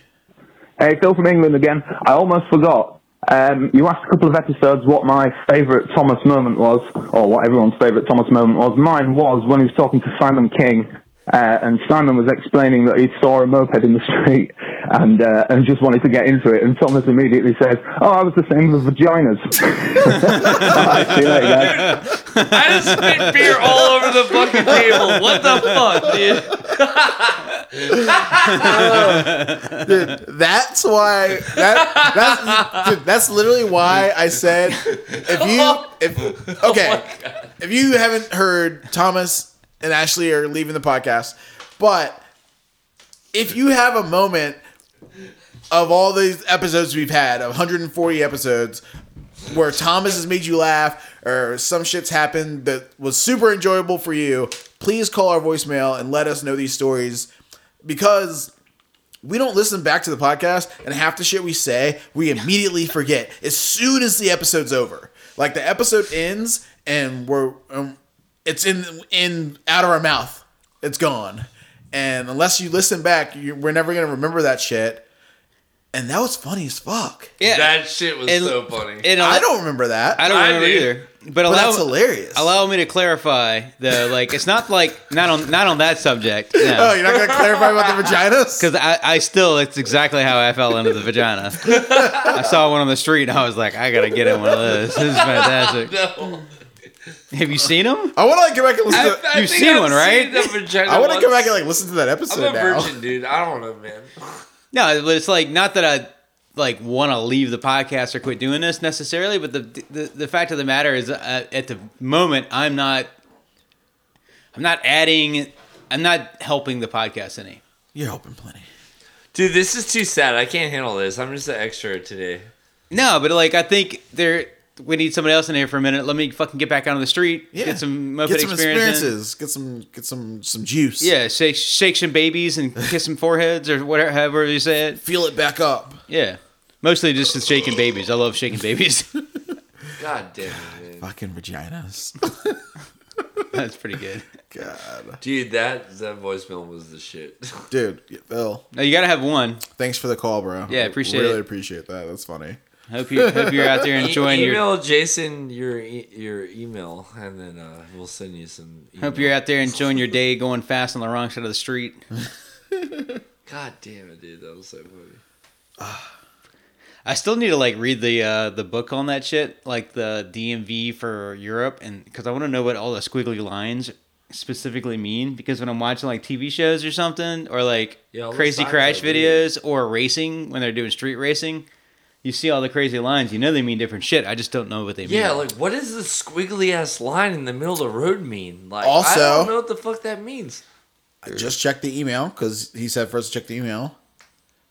Speaker 1: Hey, Phil Uh, from England again. I almost forgot. Um, you asked a couple of episodes what my favourite Thomas moment was, or what everyone's favourite Thomas moment was. Mine was when he was talking to Simon King, uh, and Simon was explaining that he saw a moped in the [LAUGHS] street and uh, and just wanted to get into it, and Thomas immediately says, "Oh, I was the same with vaginas." [LAUGHS] All right, see you later, guys.
Speaker 2: I just spit beer all over the fucking table. What the fuck, dude?
Speaker 5: Dude, that's why. That, that's dude, that's literally why I said if you if okay if you haven't heard Thomas and Ashley are leaving the podcast, but if you have a moment of all these episodes we've had, 140 episodes, where Thomas has made you laugh or some shit's happened that was super enjoyable for you, please call our voicemail and let us know these stories because we don't listen back to the podcast and half the shit we say we immediately forget as soon as the episode's over like the episode ends and we're um, it's in in out of our mouth it's gone and unless you listen back you, we're never gonna remember that shit and that was funny as fuck
Speaker 3: Yeah,
Speaker 2: That shit was
Speaker 3: And-
Speaker 2: so funny.
Speaker 3: and
Speaker 5: i don't remember that
Speaker 3: I don't
Speaker 2: I
Speaker 3: remember
Speaker 2: do.
Speaker 3: either. But,
Speaker 5: but
Speaker 3: allow,
Speaker 5: that's hilarious
Speaker 3: allow me to clarify though. Like it's not like not on not on that subject.
Speaker 5: oh
Speaker 3: No.
Speaker 5: you're not gonna clarify about
Speaker 2: [LAUGHS]
Speaker 5: the vaginas
Speaker 3: Because I, I still, it's exactly how I fell into the vagina. I saw one on the street and I was like, I gotta get in one of those. This is fantastic.
Speaker 2: no.
Speaker 3: Have you seen them?
Speaker 5: i want to like go back and listen
Speaker 2: I,
Speaker 5: to
Speaker 2: I
Speaker 3: You've
Speaker 2: think
Speaker 3: seen
Speaker 2: I've
Speaker 3: one, right?
Speaker 2: the vagina
Speaker 5: I want to
Speaker 2: once.
Speaker 5: go back and like listen to that episode
Speaker 2: I'm a
Speaker 5: now.
Speaker 2: virgin, dude. I don't know, man.
Speaker 3: No, but it's like not that I like want to leave the podcast or quit doing this necessarily, but the the, the fact of the matter is, uh, at the moment, I'm not, I'm not adding, I'm not helping the podcast any.
Speaker 5: You're hoping plenty.
Speaker 2: Dude, this is too sad. I can't handle this. I'm just an extra today.
Speaker 3: No, but like I think there we need somebody else in here for a minute. Let me fucking get back out on the street, get some moped
Speaker 5: Get some
Speaker 3: experience in.
Speaker 5: experiences. Get some get some some juice.
Speaker 3: Yeah, shake shake some babies and kiss some foreheads or whatever however you say it.
Speaker 5: Feel it back up.
Speaker 3: Yeah. Mostly just with shaking babies. I love shaking babies. [LAUGHS]
Speaker 2: God damn it, man.
Speaker 5: Fucking vaginas. [LAUGHS]
Speaker 3: That's pretty good.
Speaker 5: God.
Speaker 2: Dude, that, that voicemail was the
Speaker 3: [LAUGHS]
Speaker 2: shit.
Speaker 5: Dude, yeah, Bill,
Speaker 3: No, you gotta have one.
Speaker 5: thanks for the call, bro.
Speaker 3: Yeah, appreciate
Speaker 5: really
Speaker 3: it.
Speaker 5: appreciate that. That's funny.
Speaker 3: Hope you hope you're out there enjoying
Speaker 2: E-
Speaker 3: your
Speaker 2: email Jason your e- your email, and then uh, we'll send you some. Email.
Speaker 3: hope you're out there enjoying your day going fast on the wrong side of the street.
Speaker 2: God damn it, dude, that was so funny.
Speaker 3: I still need to like read the uh, the book on that shit, like the DMV for Europe, and because I want to know what all the squiggly lines specifically mean. Because when I'm watching like TV shows or something, or like
Speaker 2: Yeah, all the
Speaker 3: crazy
Speaker 2: signs
Speaker 3: crash
Speaker 2: are weird.
Speaker 3: videos or racing when they're doing street racing, you see all the crazy lines. You know they mean different shit. I just don't know what they mean.
Speaker 2: Yeah, like what does this squiggly ass line in the middle of the road mean? Like, I
Speaker 5: Also-
Speaker 2: don't know what the fuck that means.
Speaker 5: I just checked the email because he said first check the email.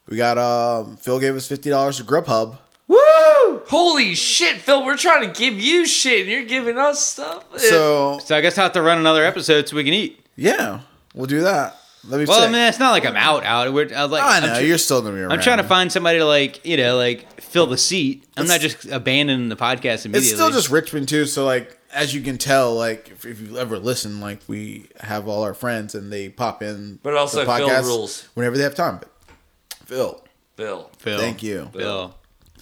Speaker 5: We got um Phil gave us fifty dollars to Grubhub.
Speaker 3: Woo!
Speaker 2: Holy shit, Phil! We're trying to give you shit, and you're giving us stuff.
Speaker 5: So
Speaker 3: So I guess I have to run another episode so we can eat.
Speaker 5: yeah, we'll do that. Let me.
Speaker 3: Well,
Speaker 5: check.
Speaker 3: I mean, it's not like I'm out. Out. We're, I, like,
Speaker 5: I
Speaker 3: I'm
Speaker 5: know
Speaker 3: tr-
Speaker 5: you're still gonna be around.
Speaker 3: I'm trying to find somebody to like, you know, like fill the seat. I'm not just abandoning the podcast immediately.
Speaker 5: It's still just Richmond too. So like, as you can tell, like if, if you ever listen, like we have all our friends and they pop in.
Speaker 2: But also
Speaker 5: the
Speaker 2: Phil
Speaker 5: podcast
Speaker 2: rules.
Speaker 5: whenever they have time. But Phil,
Speaker 2: Phil,
Speaker 3: Phil.
Speaker 5: thank you.
Speaker 3: Phil.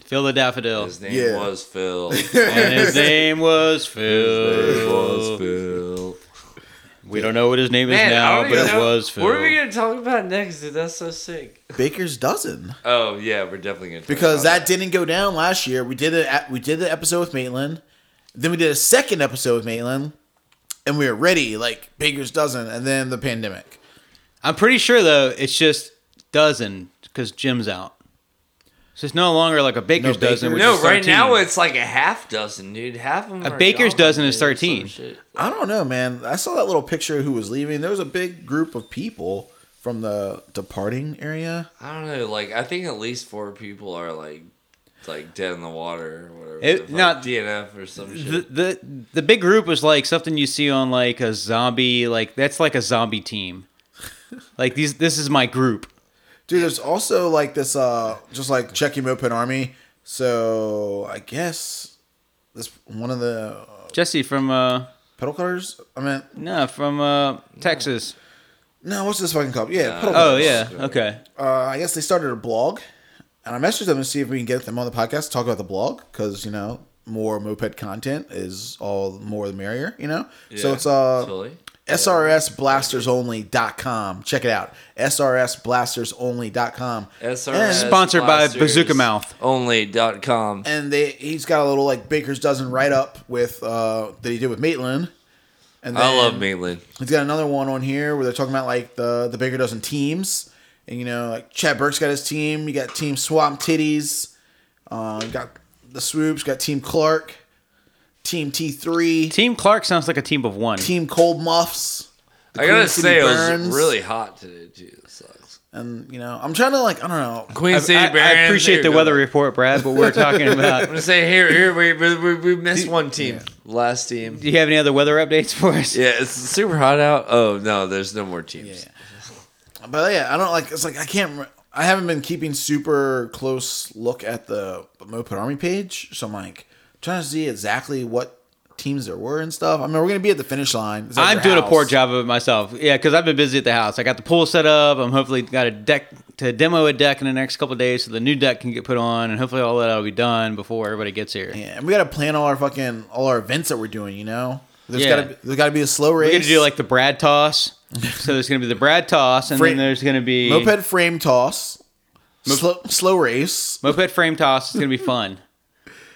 Speaker 3: Phil the daffodil.
Speaker 2: his name
Speaker 5: Yeah.
Speaker 2: was
Speaker 5: [LAUGHS]
Speaker 2: Phil.
Speaker 3: and his
Speaker 2: [LAUGHS]
Speaker 3: name was
Speaker 2: it
Speaker 3: Phil.
Speaker 2: was Phil.
Speaker 3: We don't know what his name is
Speaker 2: Man, I
Speaker 3: now,
Speaker 2: don't
Speaker 3: but
Speaker 2: even
Speaker 3: it
Speaker 2: know-
Speaker 3: was Phil.
Speaker 2: What are we gonna talk about next, dude? That's so sick.
Speaker 5: Baker's dozen
Speaker 2: Oh yeah, we're definitely gonna talk
Speaker 5: because
Speaker 2: about
Speaker 5: that didn't go down last year. We did it. At, we did the episode with Maitland. Then we did a second episode with Maitland, and we were ready like Baker's dozen, and then the pandemic.
Speaker 3: I'm pretty sure though, it's just dozen because Jim's out. So it's no longer like a baker's
Speaker 5: baker.
Speaker 3: dozen. which
Speaker 2: No,
Speaker 3: is
Speaker 2: right
Speaker 3: 13.
Speaker 2: now it's like a half dozen, dude. Half of them.
Speaker 3: A
Speaker 2: are
Speaker 3: baker's
Speaker 2: gone,
Speaker 3: dozen is
Speaker 2: dude, or
Speaker 3: 13.
Speaker 2: some shit.
Speaker 5: I don't know, man. I saw that little picture of who was leaving. There was a big group of people from the departing area.
Speaker 2: I don't know. Like I think at least four people are like like dead in the water or whatever.
Speaker 3: It-
Speaker 2: the fuck,
Speaker 3: not-
Speaker 2: DNF or some shit.
Speaker 3: the the the big group was like something you see on like a zombie like that's like a zombie team. Like these, this is my group.
Speaker 5: Dude, there's also like this uh just like Czechim Open Army. So I guess this one of the
Speaker 3: Jesse from uh
Speaker 5: pedal cutters. I mean
Speaker 3: no from uh Texas.
Speaker 5: no, what's this fucking club? Yeah, pedal
Speaker 3: Oh
Speaker 5: cutters.
Speaker 3: yeah, okay.
Speaker 5: Uh, I guess they started a blog, and I messaged them to see if we can get them on the podcast to talk about the blog because you know more moped content is all more the merrier. You know, so
Speaker 2: Yeah,
Speaker 5: it's uh
Speaker 2: totally.
Speaker 5: srsblastersonly.com. Check it out. srsblastersonly.com.
Speaker 2: SRS
Speaker 5: And,
Speaker 3: Sponsored by
Speaker 2: Blasters
Speaker 3: Bazooka Mouth.
Speaker 2: Only.com.
Speaker 5: and they he's got a little like Baker's dozen write up with uh that he did with Maitland. And
Speaker 2: I
Speaker 5: then
Speaker 2: love Maitland.
Speaker 5: He's got another one on here where they're talking about like the the Baker dozen teams. And you know, like Chad Burke's got his team, you got Team Swamp Titties, uh, you got the swoops, got Team Clark, Team T three,
Speaker 3: Team Clark sounds like a team of one.
Speaker 5: Team Cold Muffs.
Speaker 2: I gotta
Speaker 5: Queen City
Speaker 2: say, it
Speaker 5: Burns.
Speaker 2: was really hot today too. It sucks.
Speaker 5: And you know, I'm trying to like I don't know.
Speaker 2: Queen
Speaker 3: I,
Speaker 2: City
Speaker 3: I- I
Speaker 2: Burns.
Speaker 3: appreciate
Speaker 2: here
Speaker 3: the
Speaker 2: we go.
Speaker 3: weather report, Brad, but we're
Speaker 5: [LAUGHS]
Speaker 3: talking
Speaker 2: I'm
Speaker 3: about.
Speaker 2: gonna say here, here we we, we, we missed one team, last team.
Speaker 3: Do you have any other weather updates for us?
Speaker 2: Yeah, it's super hot out. Oh no, there's no more teams.
Speaker 5: But yeah, I don't like. It's like I can't. re- I haven't been keeping super close look at the Moped Army page, so I'm like trying to see exactly what teams there were and stuff. I mean, we're gonna be at the finish line. It's at
Speaker 3: I'm
Speaker 5: your
Speaker 3: doing a
Speaker 5: house.
Speaker 3: poor job of it myself. Yeah, because I've been busy at the house. I got the pool set up. I'm hopefully got a deck to demo a deck in the next couple of days, so the new deck can get put on, and hopefully all that'll be done before everybody gets here.
Speaker 5: Yeah, and we gotta plan all our fucking all our events that we're doing. You know, there's
Speaker 3: Yeah.
Speaker 5: gotta be, there's gotta be a slow race.
Speaker 3: We're gonna do like the Brad
Speaker 5: [LAUGHS]
Speaker 3: toss. so there's gonna be the Brad toss, and
Speaker 5: Fra-
Speaker 3: then there's gonna be
Speaker 5: moped frame toss, slow, slow race.
Speaker 3: Moped frame toss is gonna be fun.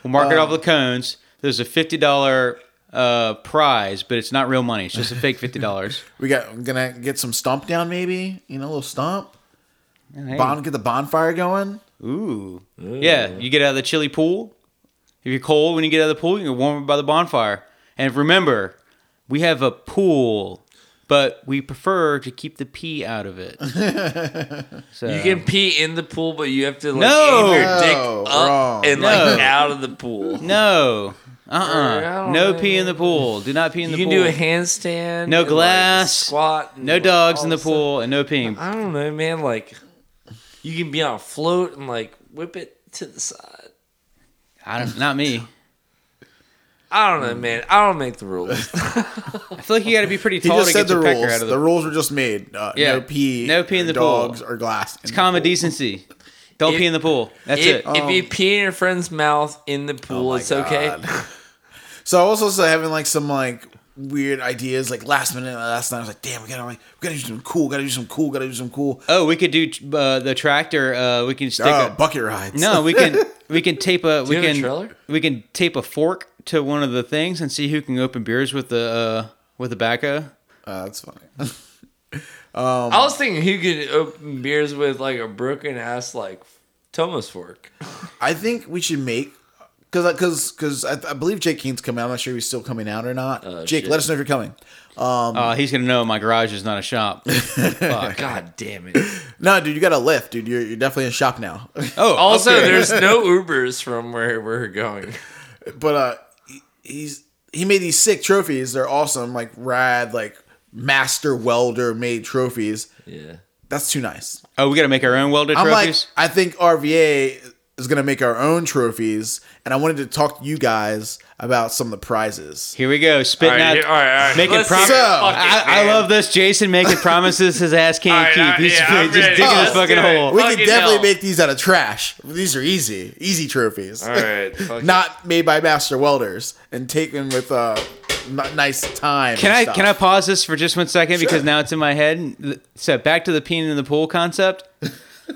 Speaker 3: We'll mark
Speaker 5: Uh.
Speaker 3: it off the cones. There's a fifty dollar uh, prize, but it's not real money. It's just a fake fifty dollars.
Speaker 5: We got we're gonna get some stomp down, maybe you know, a little stomp. Bon, get the bonfire going.
Speaker 3: Ooh. Yeah, you get out of the chilly pool. If you're cold when you get out of the pool, you can warm up by the bonfire. And remember, we have a pool, but we prefer to keep the pee out of
Speaker 5: [LAUGHS]
Speaker 3: it. so,
Speaker 2: You can pee in the pool, but you have to like
Speaker 3: No!
Speaker 2: aim your dick
Speaker 5: No,
Speaker 2: up
Speaker 5: wrong.
Speaker 2: and
Speaker 3: No.
Speaker 2: like out of the pool.
Speaker 3: no.
Speaker 2: I
Speaker 3: Uh-uh.
Speaker 2: don't
Speaker 3: No
Speaker 2: know.
Speaker 3: pee in the pool. Do not pee in
Speaker 2: You
Speaker 3: the
Speaker 2: can
Speaker 3: pool.
Speaker 2: do a handstand.
Speaker 3: No
Speaker 2: and, like,
Speaker 3: glass.
Speaker 2: squat. and,
Speaker 3: no
Speaker 2: like,
Speaker 3: dogs
Speaker 2: all
Speaker 3: in the
Speaker 2: this stuff.
Speaker 3: pool and no peeing.
Speaker 2: I don't know, man. Like you can be on a float and like whip it to the side.
Speaker 3: I don't, not me.
Speaker 2: I don't
Speaker 3: Mm.
Speaker 2: know, man. I don't make the
Speaker 3: [LAUGHS]
Speaker 2: rules.
Speaker 3: I feel like you got to be pretty
Speaker 5: He
Speaker 3: tall to
Speaker 5: just
Speaker 3: get
Speaker 5: said
Speaker 3: the,
Speaker 5: the
Speaker 3: pecker
Speaker 5: rules.
Speaker 3: out
Speaker 5: The,
Speaker 3: of the.
Speaker 5: rules were just made. Uh,
Speaker 3: Yeah.
Speaker 5: No pee.
Speaker 3: No pee in the
Speaker 5: dogs
Speaker 3: pool.
Speaker 5: or glass. It's
Speaker 3: Common decency. Don't
Speaker 2: If-
Speaker 3: pee in the pool. That's
Speaker 2: if,
Speaker 3: it.
Speaker 2: if you pee in your friend's mouth in the pool,
Speaker 5: my
Speaker 2: it's okay.
Speaker 5: God. So I was also having like some like weird ideas like last minute last night. I was like, damn, we gotta like, we gotta do some cool. Gotta do some cool. Gotta do some cool.
Speaker 3: oh, we could do uh, the tractor. Uh, we can stick
Speaker 5: Uh,
Speaker 3: a,
Speaker 5: bucket rides.
Speaker 3: No, we can we can
Speaker 2: [LAUGHS]
Speaker 3: tape a we
Speaker 2: you have a
Speaker 3: can
Speaker 2: trailer?
Speaker 3: we can tape a fork to one of the things and see who can open beers with the uh, with the backhoe.
Speaker 5: [LAUGHS] Uh, that's funny.
Speaker 2: I was thinking who could open beers with like a broken ass like Thomas fork.
Speaker 5: I think we should make uh, because because because I, I believe Jake Keen's coming. I'm not sure if he's still coming out or not. Jake,
Speaker 3: Oh,
Speaker 2: shit.
Speaker 5: let us know if you're coming.
Speaker 2: Um,
Speaker 3: Uh, he's gonna know my garage is not a shop. Fuck.
Speaker 2: God damn it.
Speaker 5: No, dude, you got a lift, dude. You're, you're definitely in shock now. [LAUGHS]
Speaker 3: [LAUGHS] Oh,
Speaker 2: Also,
Speaker 3: okay.
Speaker 2: there's no Ubers from where we're going.
Speaker 5: but uh, he- he's he made these sick trophies. They're awesome, like rad, like master welder made trophies.
Speaker 2: Yeah.
Speaker 5: That's too nice.
Speaker 3: oh, we gotta make our own welded
Speaker 5: I'm
Speaker 3: trophies.
Speaker 5: like, I think RVA is gonna make our own trophies, and I wanted to talk to you guys about some of the prizes.
Speaker 3: Here we go,
Speaker 2: All
Speaker 3: spitting
Speaker 2: right,
Speaker 3: out.
Speaker 2: all right, all right.
Speaker 3: Making
Speaker 2: Let's
Speaker 3: promises.
Speaker 2: hear it.
Speaker 5: So,
Speaker 2: Fuck it,
Speaker 3: I, I
Speaker 2: man.
Speaker 3: love this. Jason making promises his ass
Speaker 2: All
Speaker 3: can't
Speaker 2: right,
Speaker 3: keep.
Speaker 2: I-
Speaker 3: He's
Speaker 2: yeah, I'm
Speaker 3: just
Speaker 2: ready.
Speaker 3: digging his
Speaker 2: Let's
Speaker 3: fucking
Speaker 2: do it.
Speaker 3: hole.
Speaker 5: We can
Speaker 2: Fucking
Speaker 5: definitely
Speaker 2: hell.
Speaker 5: make these out of trash. These are easy, easy trophies.
Speaker 2: All right. fuck it.
Speaker 5: Not made by master welders and taken with uh, n- nice time.
Speaker 3: Can
Speaker 5: and
Speaker 3: I
Speaker 5: stuff.
Speaker 3: can I pause this for just one second
Speaker 5: Sure.
Speaker 3: because now it's in my head. So back to the peeing in the pool concept.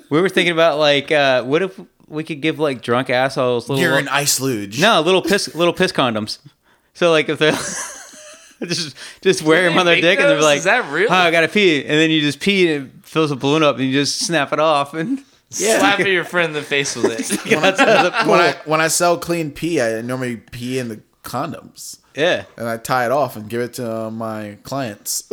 Speaker 3: we were thinking about like, uh, what if we could give like drunk assholes little
Speaker 5: You're an ice
Speaker 3: [LAUGHS]
Speaker 5: luge.
Speaker 3: no little piss little piss condoms. So like if they're [LAUGHS] just just wear
Speaker 2: they
Speaker 3: them on their
Speaker 2: make
Speaker 3: dick and they're
Speaker 2: those?
Speaker 3: like,
Speaker 2: Is that real?
Speaker 3: Oh, I gotta pee, and then you just pee and it fills a balloon up and you just snap it off and [LAUGHS]
Speaker 2: Slap your friend in the face with
Speaker 5: [LAUGHS]
Speaker 2: it.
Speaker 5: When I when I sell clean pee, I normally pee in the condoms
Speaker 3: yeah.
Speaker 5: and I tie it off and give it to uh, my clients.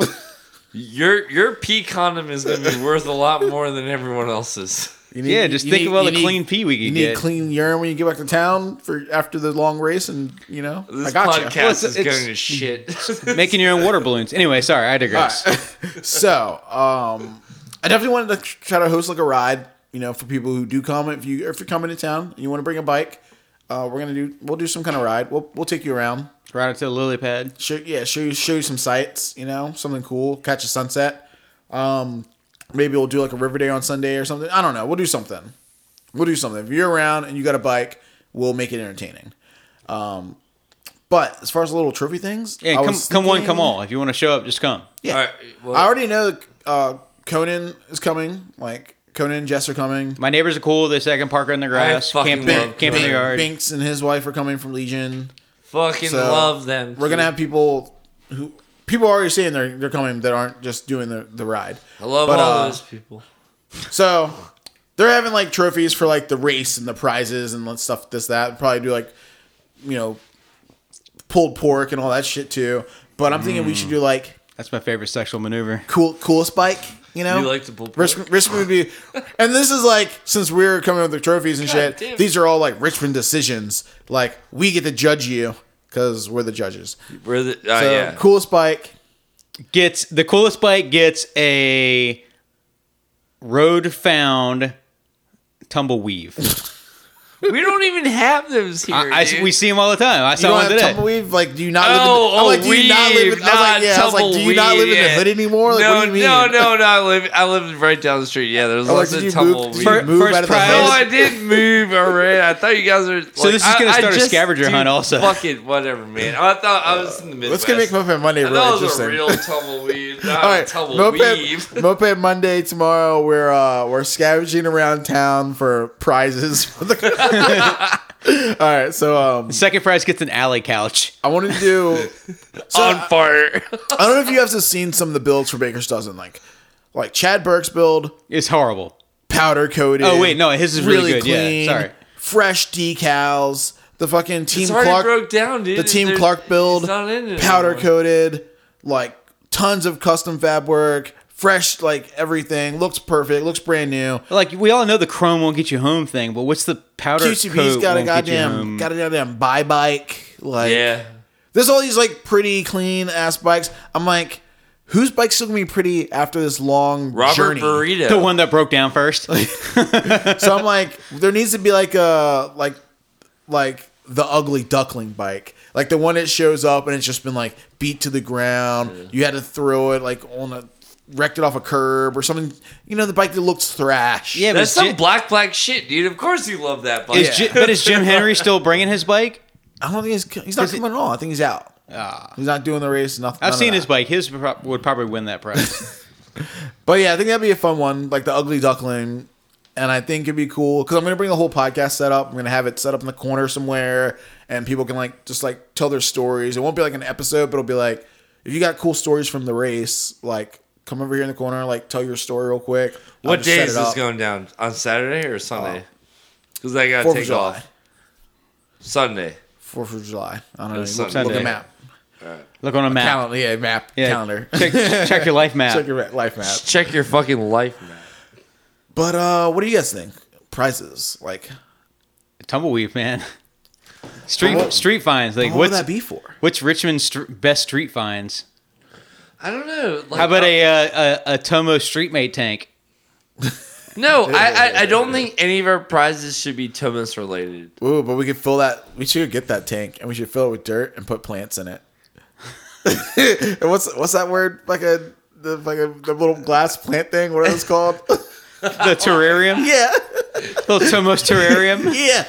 Speaker 2: your your pee condom is gonna be worth a lot more than everyone else's.
Speaker 5: You need-
Speaker 3: Yeah, just
Speaker 5: you
Speaker 3: think
Speaker 5: need-
Speaker 3: of all
Speaker 5: you
Speaker 3: the clean pee we could
Speaker 5: You need
Speaker 3: get.
Speaker 5: clean urine when you get back to town for after the long race, and you know
Speaker 2: This
Speaker 5: I got
Speaker 2: podcast
Speaker 5: you.
Speaker 3: Well, it's-
Speaker 2: is
Speaker 3: it's-
Speaker 2: going to
Speaker 5: [LAUGHS]
Speaker 2: shit.
Speaker 3: Making your own water balloons. Anyway, sorry, I digress.
Speaker 5: [LAUGHS] So, um, I definitely wanted to tr- try to host like a ride, you know, for people who do come. If you if you're coming to town and you want to bring a bike, uh, we're gonna do we'll do some kind of ride. We'll we'll take you around.
Speaker 3: Right up to the lily pad.
Speaker 5: [LAUGHS] show, yeah, show you show you some sights, you know, something cool, catch a sunset. Um, maybe we'll do like a river day on Sunday or something. I don't know. We'll do something. We'll do something. If you're around and you got a bike, we'll make it entertaining. Um, but as far as the little trophy things,
Speaker 3: Yeah,
Speaker 5: I
Speaker 3: come,
Speaker 5: was
Speaker 3: come one,
Speaker 5: thinking-
Speaker 3: come all. If you want to show up, just come.
Speaker 5: Yeah,
Speaker 2: All right, well-
Speaker 5: I already know uh, Conan is coming. Like Conan and Jess are coming.
Speaker 3: My neighbors are cool. They second Parker in the grass,
Speaker 2: fucking
Speaker 3: camp,
Speaker 2: love
Speaker 3: camp in the
Speaker 2: Conan.
Speaker 3: yard.
Speaker 5: Binks and his wife are coming from Legion.
Speaker 2: Fucking
Speaker 5: So,
Speaker 2: love them.
Speaker 5: We're gonna have people who people are already saying they're they're coming that aren't just doing the the ride.
Speaker 2: I love
Speaker 5: But,
Speaker 2: all
Speaker 5: uh,
Speaker 2: those people.
Speaker 5: So they're having like trophies for like the race and the prizes and stuff this that probably do like you know pulled pork and all that shit too. But I'm thinking we should do like
Speaker 3: That's my favorite sexual maneuver.
Speaker 5: cool coolest bike. You know,
Speaker 2: You like to pull pork?
Speaker 5: Richmond, Richmond would be, and this is like since we're coming with the trophies and shit.
Speaker 2: damn.
Speaker 5: These are all like Richmond decisions. Like we get to judge you because we're the judges.
Speaker 2: We're the, uh,
Speaker 5: So
Speaker 2: yeah.
Speaker 5: coolest bike.
Speaker 3: Gets the coolest bike gets a road found tumble weave.
Speaker 2: We don't even have those here.
Speaker 3: I, I-
Speaker 2: dude.
Speaker 3: we see them all the time. I
Speaker 5: You
Speaker 3: saw
Speaker 5: don't
Speaker 3: one
Speaker 5: have
Speaker 3: today.
Speaker 5: tumbleweed? Like, do you not?
Speaker 2: Oh,
Speaker 5: live in, I'm
Speaker 2: oh,
Speaker 5: like, do you not live in? I was like,
Speaker 2: not
Speaker 5: yeah. I was like, do you not live in the
Speaker 2: tumbleweed,
Speaker 5: hood
Speaker 2: yeah.
Speaker 5: anymore? Like,
Speaker 2: no,
Speaker 5: what do you mean?
Speaker 2: no, no, no. I live, I live right down the street. Yeah, there's
Speaker 5: I'm Oh,
Speaker 2: lots
Speaker 5: like, did
Speaker 2: of
Speaker 5: you move?
Speaker 2: tumbleweed.
Speaker 5: Did
Speaker 3: Fir-
Speaker 5: you move
Speaker 3: first
Speaker 5: out of the
Speaker 3: prize-
Speaker 2: No, I
Speaker 5: hood?
Speaker 2: did move already. I thought you guys were.
Speaker 3: [LAUGHS] So this is
Speaker 2: I-
Speaker 3: gonna
Speaker 2: I
Speaker 3: start a
Speaker 2: just-
Speaker 3: scavenger
Speaker 2: dude,
Speaker 3: hunt also.
Speaker 2: Fuck it, whatever, man. I thought I was in the middle.
Speaker 5: Let's gonna make Moped Monday
Speaker 2: That
Speaker 5: really
Speaker 2: was
Speaker 5: interesting.
Speaker 2: a real tumbleweed. Not
Speaker 5: [LAUGHS] all
Speaker 2: a [LAUGHS]
Speaker 5: right,
Speaker 2: tumbleweed.
Speaker 5: Moped, Moped Monday tomorrow. We're uh, we're scavenging around town for prizes. For
Speaker 2: [LAUGHS]
Speaker 5: the- [LAUGHS] all right, so um,
Speaker 3: Second prize gets an alley couch.
Speaker 5: I wanted to do.
Speaker 2: [LAUGHS]
Speaker 5: So
Speaker 2: On
Speaker 5: I,
Speaker 2: fire.
Speaker 5: I don't know if you guys have seen some of the builds for Baker's Dozen, like like Chad Burke's build,
Speaker 3: It's horrible.
Speaker 5: powder coated.
Speaker 3: Oh, wait, no, his is really good, yeah, sorry.
Speaker 5: fresh decals. The fucking team
Speaker 2: It's already
Speaker 5: Clark
Speaker 2: broke down, dude.
Speaker 5: the team
Speaker 2: There's-
Speaker 5: Clark build,
Speaker 2: it's not in it
Speaker 5: powder
Speaker 2: anymore.
Speaker 5: coated, like tons of custom fab work, fresh, like everything looks perfect, looks brand new.
Speaker 3: Like we all know the chrome won't get you home thing, but what's the powder
Speaker 5: QCP's
Speaker 3: coat
Speaker 5: got a
Speaker 3: won't get you
Speaker 5: goddamn,
Speaker 3: home?
Speaker 5: got a goddamn buy bike. Like,
Speaker 2: Yeah.
Speaker 5: there's all these like pretty clean ass bikes. I'm like, whose bike's still gonna be pretty after this long
Speaker 2: Robert
Speaker 5: journey?
Speaker 2: Burrito.
Speaker 3: the one that broke
Speaker 2: [LAUGHS]
Speaker 3: down first.
Speaker 5: so I'm like, there needs to be like a like like the ugly duckling bike, like the one that shows up and it's just been like beat to the ground. You had to throw it like on a wrecked it off a curb or something. You know, the bike that looks thrash.
Speaker 3: yeah, but
Speaker 2: That's
Speaker 3: is
Speaker 2: some
Speaker 3: Jim-
Speaker 2: black, black shit, dude. Of course you love that bike.
Speaker 3: is Jim- but is Jim Henry still bringing
Speaker 2: [LAUGHS]
Speaker 3: his bike?
Speaker 5: I don't think he's he's not coming at all. I think he's out. he's not doing the race. Nothing.
Speaker 3: Ah. I've
Speaker 5: none of
Speaker 3: seen
Speaker 5: that.
Speaker 3: his bike. His pro- would probably win that prize.
Speaker 5: But yeah, I think that'd be a fun one, like the ugly duckling. And I think it'd be cool because I'm gonna bring the whole podcast set up. I'm gonna have it set up in the corner somewhere, and people can like just like tell their stories. It won't be like an episode, but it'll be like if you got cool stories from the race, like come over here in the corner, like tell your story real quick. I'll
Speaker 2: What
Speaker 5: just set
Speaker 2: day is
Speaker 5: it
Speaker 2: this
Speaker 5: up. Oh.
Speaker 2: going down? On Saturday or Sunday? Because I got to
Speaker 5: Fourth of
Speaker 2: take
Speaker 5: July.
Speaker 2: off Sunday.
Speaker 5: Fourth of July. I don't know.
Speaker 2: It's
Speaker 5: You look-
Speaker 2: Sunday.
Speaker 5: Look at the map.
Speaker 3: Look on a map.
Speaker 5: Calendar, yeah, map,
Speaker 3: Yeah.
Speaker 5: calendar.
Speaker 3: Check, check your life map.
Speaker 5: [LAUGHS] Check your life map.
Speaker 2: Check your fucking life, man.
Speaker 5: But uh, what do you guys think? Prices, like,
Speaker 3: Tumbleweed, man. Street
Speaker 5: What-
Speaker 3: street finds. Like
Speaker 5: what would
Speaker 3: what's
Speaker 5: that be for?
Speaker 3: what's Richmond's str- best street finds?
Speaker 2: I don't know. Like,
Speaker 3: How about
Speaker 2: I-
Speaker 3: a uh, a, a Tomo Streetmate tank? [LAUGHS]
Speaker 2: No, I, I I don't think any of our prizes should be Thomas related.
Speaker 5: Ooh, but we could fill that. We should get that tank, and we should fill it with dirt and put plants in it. [LAUGHS] and what's what's that word? Like a the like a the little glass plant thing. What is it called?
Speaker 3: The terrarium,
Speaker 5: [LAUGHS] yeah,
Speaker 3: little Tomo's terrarium.
Speaker 5: yeah.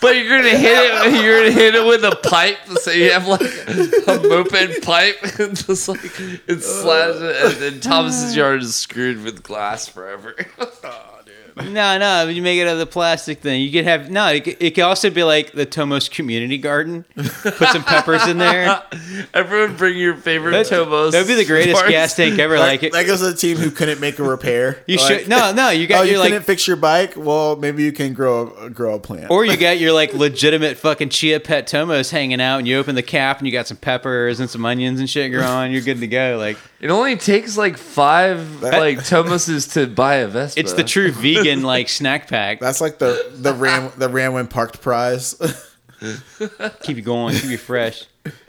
Speaker 2: But you're
Speaker 3: [LAUGHS]
Speaker 2: gonna hit it. You're gonna hit it with a pipe. So you have like a moped pipe, [LAUGHS] and just like it slams it, and then
Speaker 3: [SIGHS]
Speaker 2: Thomas's yard is screwed with glass forever. [LAUGHS]
Speaker 3: No, no, you make it out of the plastic thing. You could have no. It, could- it could also be like the Tomo's community garden. Put some peppers in there.
Speaker 2: Everyone, bring your favorite
Speaker 3: That-
Speaker 2: Tomos.
Speaker 3: That'd be the greatest
Speaker 2: parts.
Speaker 3: gas tank ever. Like,
Speaker 5: Like,
Speaker 3: it,
Speaker 5: that goes to the team who couldn't make a repair.
Speaker 3: [LAUGHS] you
Speaker 5: Like,
Speaker 3: should no, no. You got
Speaker 5: oh, you
Speaker 3: your
Speaker 5: couldn't
Speaker 3: like,
Speaker 5: fix your bike. Well, maybe you can grow a, grow a plant.
Speaker 3: or you got your like legitimate fucking chia pet Tomo's hanging out, and you open the cap, and you got some peppers and some onions and shit growing. You're good to go. Like,
Speaker 2: It only takes like five like Tomoses to buy a Vespa.
Speaker 3: it's the true vegan like snack pack.
Speaker 5: That's like the the ram the Ramwin parked prize. [LAUGHS]
Speaker 3: Keep you going. Keep you fresh.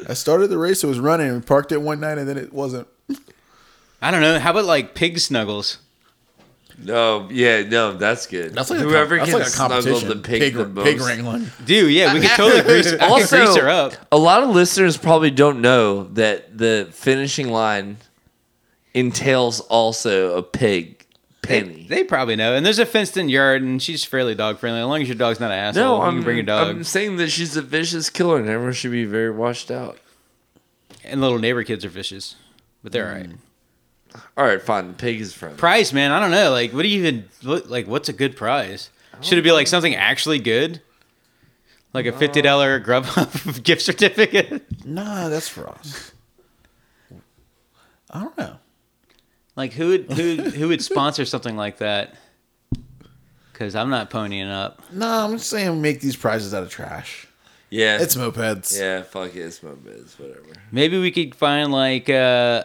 Speaker 5: I started the race. It was running. We parked it one night, and then it wasn't.
Speaker 3: I don't know. How about like pig snuggles?
Speaker 2: No, yeah, no, that's good. That's
Speaker 5: a
Speaker 2: whoever
Speaker 5: com-
Speaker 2: can snuggle the pig, the most.
Speaker 5: wrangling.
Speaker 3: Dude, yeah, we could totally grease, I could
Speaker 2: Uh, Also-
Speaker 3: grease her up.
Speaker 2: A lot of listeners probably don't know that the finishing line entails also a pig penny.
Speaker 3: They probably know. And there's a fenced in yard, and she's fairly dog friendly. As long as your dog's not an asshole,
Speaker 2: no,
Speaker 3: you
Speaker 2: I'm,
Speaker 3: can bring your
Speaker 2: I'm
Speaker 3: dog.
Speaker 2: saying that she's a vicious killer and everyone should be very washed out.
Speaker 3: And little neighbor kids are vicious, but they're all right.
Speaker 2: All right, fine. The pig is friendly.
Speaker 3: Prize, man, I don't know. Like, what do you even what- like? What's a good prize? Should it be like something actually good, like a fifty dollar Grubhub [LAUGHS] gift certificate?
Speaker 5: Nah, that's
Speaker 2: [LAUGHS]
Speaker 5: for us. I don't know.
Speaker 3: Like, who would who who would sponsor something like that? Because I'm not ponying up.
Speaker 5: Nah, I'm just saying make these prizes out of trash.
Speaker 2: yeah.
Speaker 5: It's mopeds.
Speaker 2: yeah, fuck it. It's my biz. Whatever.
Speaker 3: Maybe we could find like uh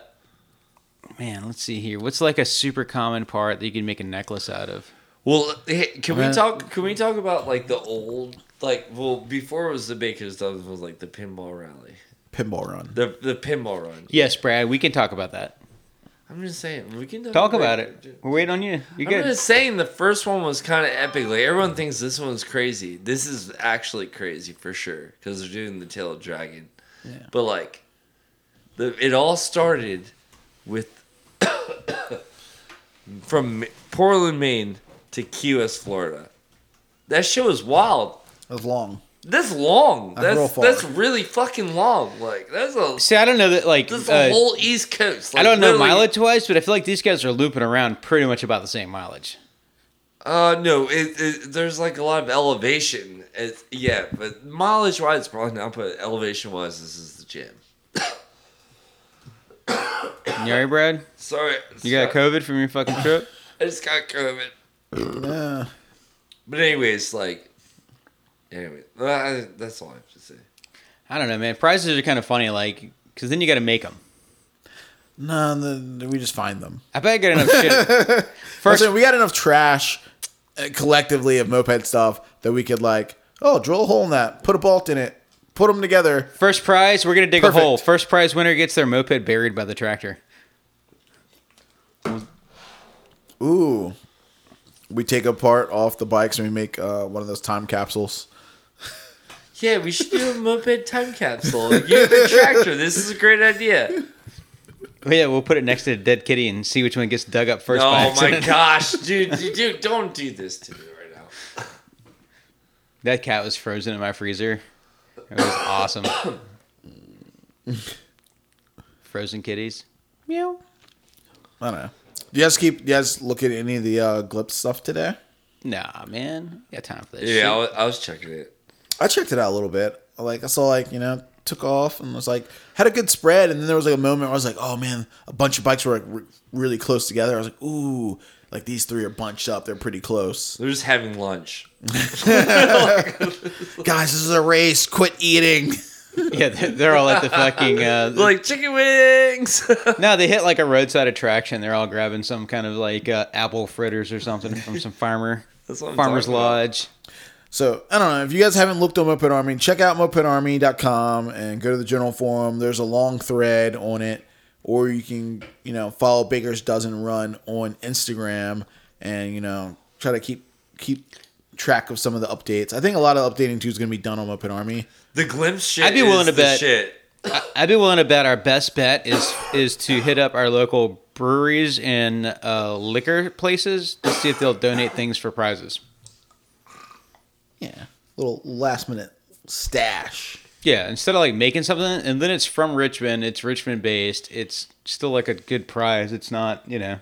Speaker 3: man, let's see here. What's like a super common part that you can make a necklace out of?
Speaker 2: Well, hey, can we
Speaker 5: Well-
Speaker 2: talk? Can we talk about like the old, like well, before it was the Baker's dozen was like the pinball rally,
Speaker 5: Pinball run.
Speaker 2: the the pinball run.
Speaker 3: Yes, Brad, we can talk about that.
Speaker 2: I'm just saying we can
Speaker 3: Talk about it. We're waiting on you. You're
Speaker 2: I'm
Speaker 3: good.
Speaker 2: just saying the first one was kind of epic. Like everyone thinks this one's crazy. This is actually crazy for sure because they're doing the tail of dragon. But like, the, it all started with [COUGHS] from Portland, Maine to Key West, Florida. That show is wild.
Speaker 5: That was long.
Speaker 2: That's long.
Speaker 5: That's
Speaker 2: That's
Speaker 5: real
Speaker 2: that's,
Speaker 5: far.
Speaker 2: really fucking long. Like that's a
Speaker 3: See, I don't know that like
Speaker 2: that's
Speaker 3: uh,
Speaker 2: the whole East Coast.
Speaker 3: I
Speaker 2: Like,
Speaker 3: don't know
Speaker 2: literally-
Speaker 3: mileage wise, but I feel like these guys are looping around pretty much about the same mileage.
Speaker 2: Uh, no, it, it, there's like a lot of elevation. It's, yeah, but mileage wise, probably not. But elevation wise, this is the jam.
Speaker 3: You all right, Brad?
Speaker 2: Sorry,
Speaker 3: You got
Speaker 2: sorry.
Speaker 3: COVID from your fucking trip?
Speaker 2: I just got COVID.
Speaker 5: Yeah.
Speaker 2: But anyways, like, anyway, uh, I- that's all I have to say.
Speaker 3: [SIGHS] I don't know, man. Prizes are kind of funny, like, because then you got to make them.
Speaker 5: Nah, the, we just find them.
Speaker 3: I bet I got enough shit. [LAUGHS] First,
Speaker 5: Listen, we got enough trash uh, collectively of moped stuff that we could like, oh, drill a hole in that, put a bolt in it, put them together.
Speaker 3: First prize, we're gonna dig
Speaker 5: Perfect.
Speaker 3: a hole. First prize winner gets their moped buried by the tractor.
Speaker 5: Ooh. We take a part off the bikes and we make uh, one of those time capsules.
Speaker 2: Yeah, we should do a moped time capsule. You the tractor. This is a great idea.
Speaker 3: Oh, yeah, we'll put it next to a dead kitty and see which one gets dug up first. by
Speaker 2: Oh my
Speaker 3: accident.
Speaker 2: gosh, dude, dude, dude, don't do this to me right now.
Speaker 3: [LAUGHS] That cat was frozen in my freezer. It was [COUGHS] awesome. frozen kitties. Meow.
Speaker 5: I don't know. Do you guys keep? Do you guys look at any of the uh, Glip stuff today?
Speaker 3: Nah, man, got time for this. shit.
Speaker 2: Yeah, I was, I was checking it.
Speaker 5: I checked it out a little bit. Like I saw, like you know, took off and was like had a good spread, and then there was like a moment where I was like, oh man, a bunch of bikes were like re- really close together. I was like, ooh, like these three are bunched up. They're pretty close,
Speaker 2: They're just having lunch.
Speaker 5: guys. This is a race. Quit eating.
Speaker 3: Yeah, they're they're all at the fucking. Uh,
Speaker 2: [LAUGHS] like chicken wings. [LAUGHS]
Speaker 3: no, they hit like a roadside attraction. They're all grabbing some kind of like uh, apple fritters or something from some farmer.
Speaker 2: [LAUGHS] That's what I'm
Speaker 3: farmer's
Speaker 2: talking about.
Speaker 3: lodge.
Speaker 5: So I don't know if you guys haven't looked on Moped Army, check out mopedarmy.com and go to the general forum. There's a long thread on it, or you can you know follow Baker's Dozen Run on Instagram and you know try to keep keep track of some of the updates. I think a lot of updating too is going to be done on Moped Army.
Speaker 2: The glimpse shit.
Speaker 3: I'd be
Speaker 2: is
Speaker 3: willing to
Speaker 2: the
Speaker 3: bet-
Speaker 2: Shit.
Speaker 3: I'd be willing to bet our best bet is is to hit up our local breweries and uh, liquor places to see if they'll donate things for prizes.
Speaker 5: Yeah, little last minute stash.
Speaker 3: Yeah, instead of like making something, and then it's from Richmond. It's Richmond based. It's still like a good prize. It's not, you know.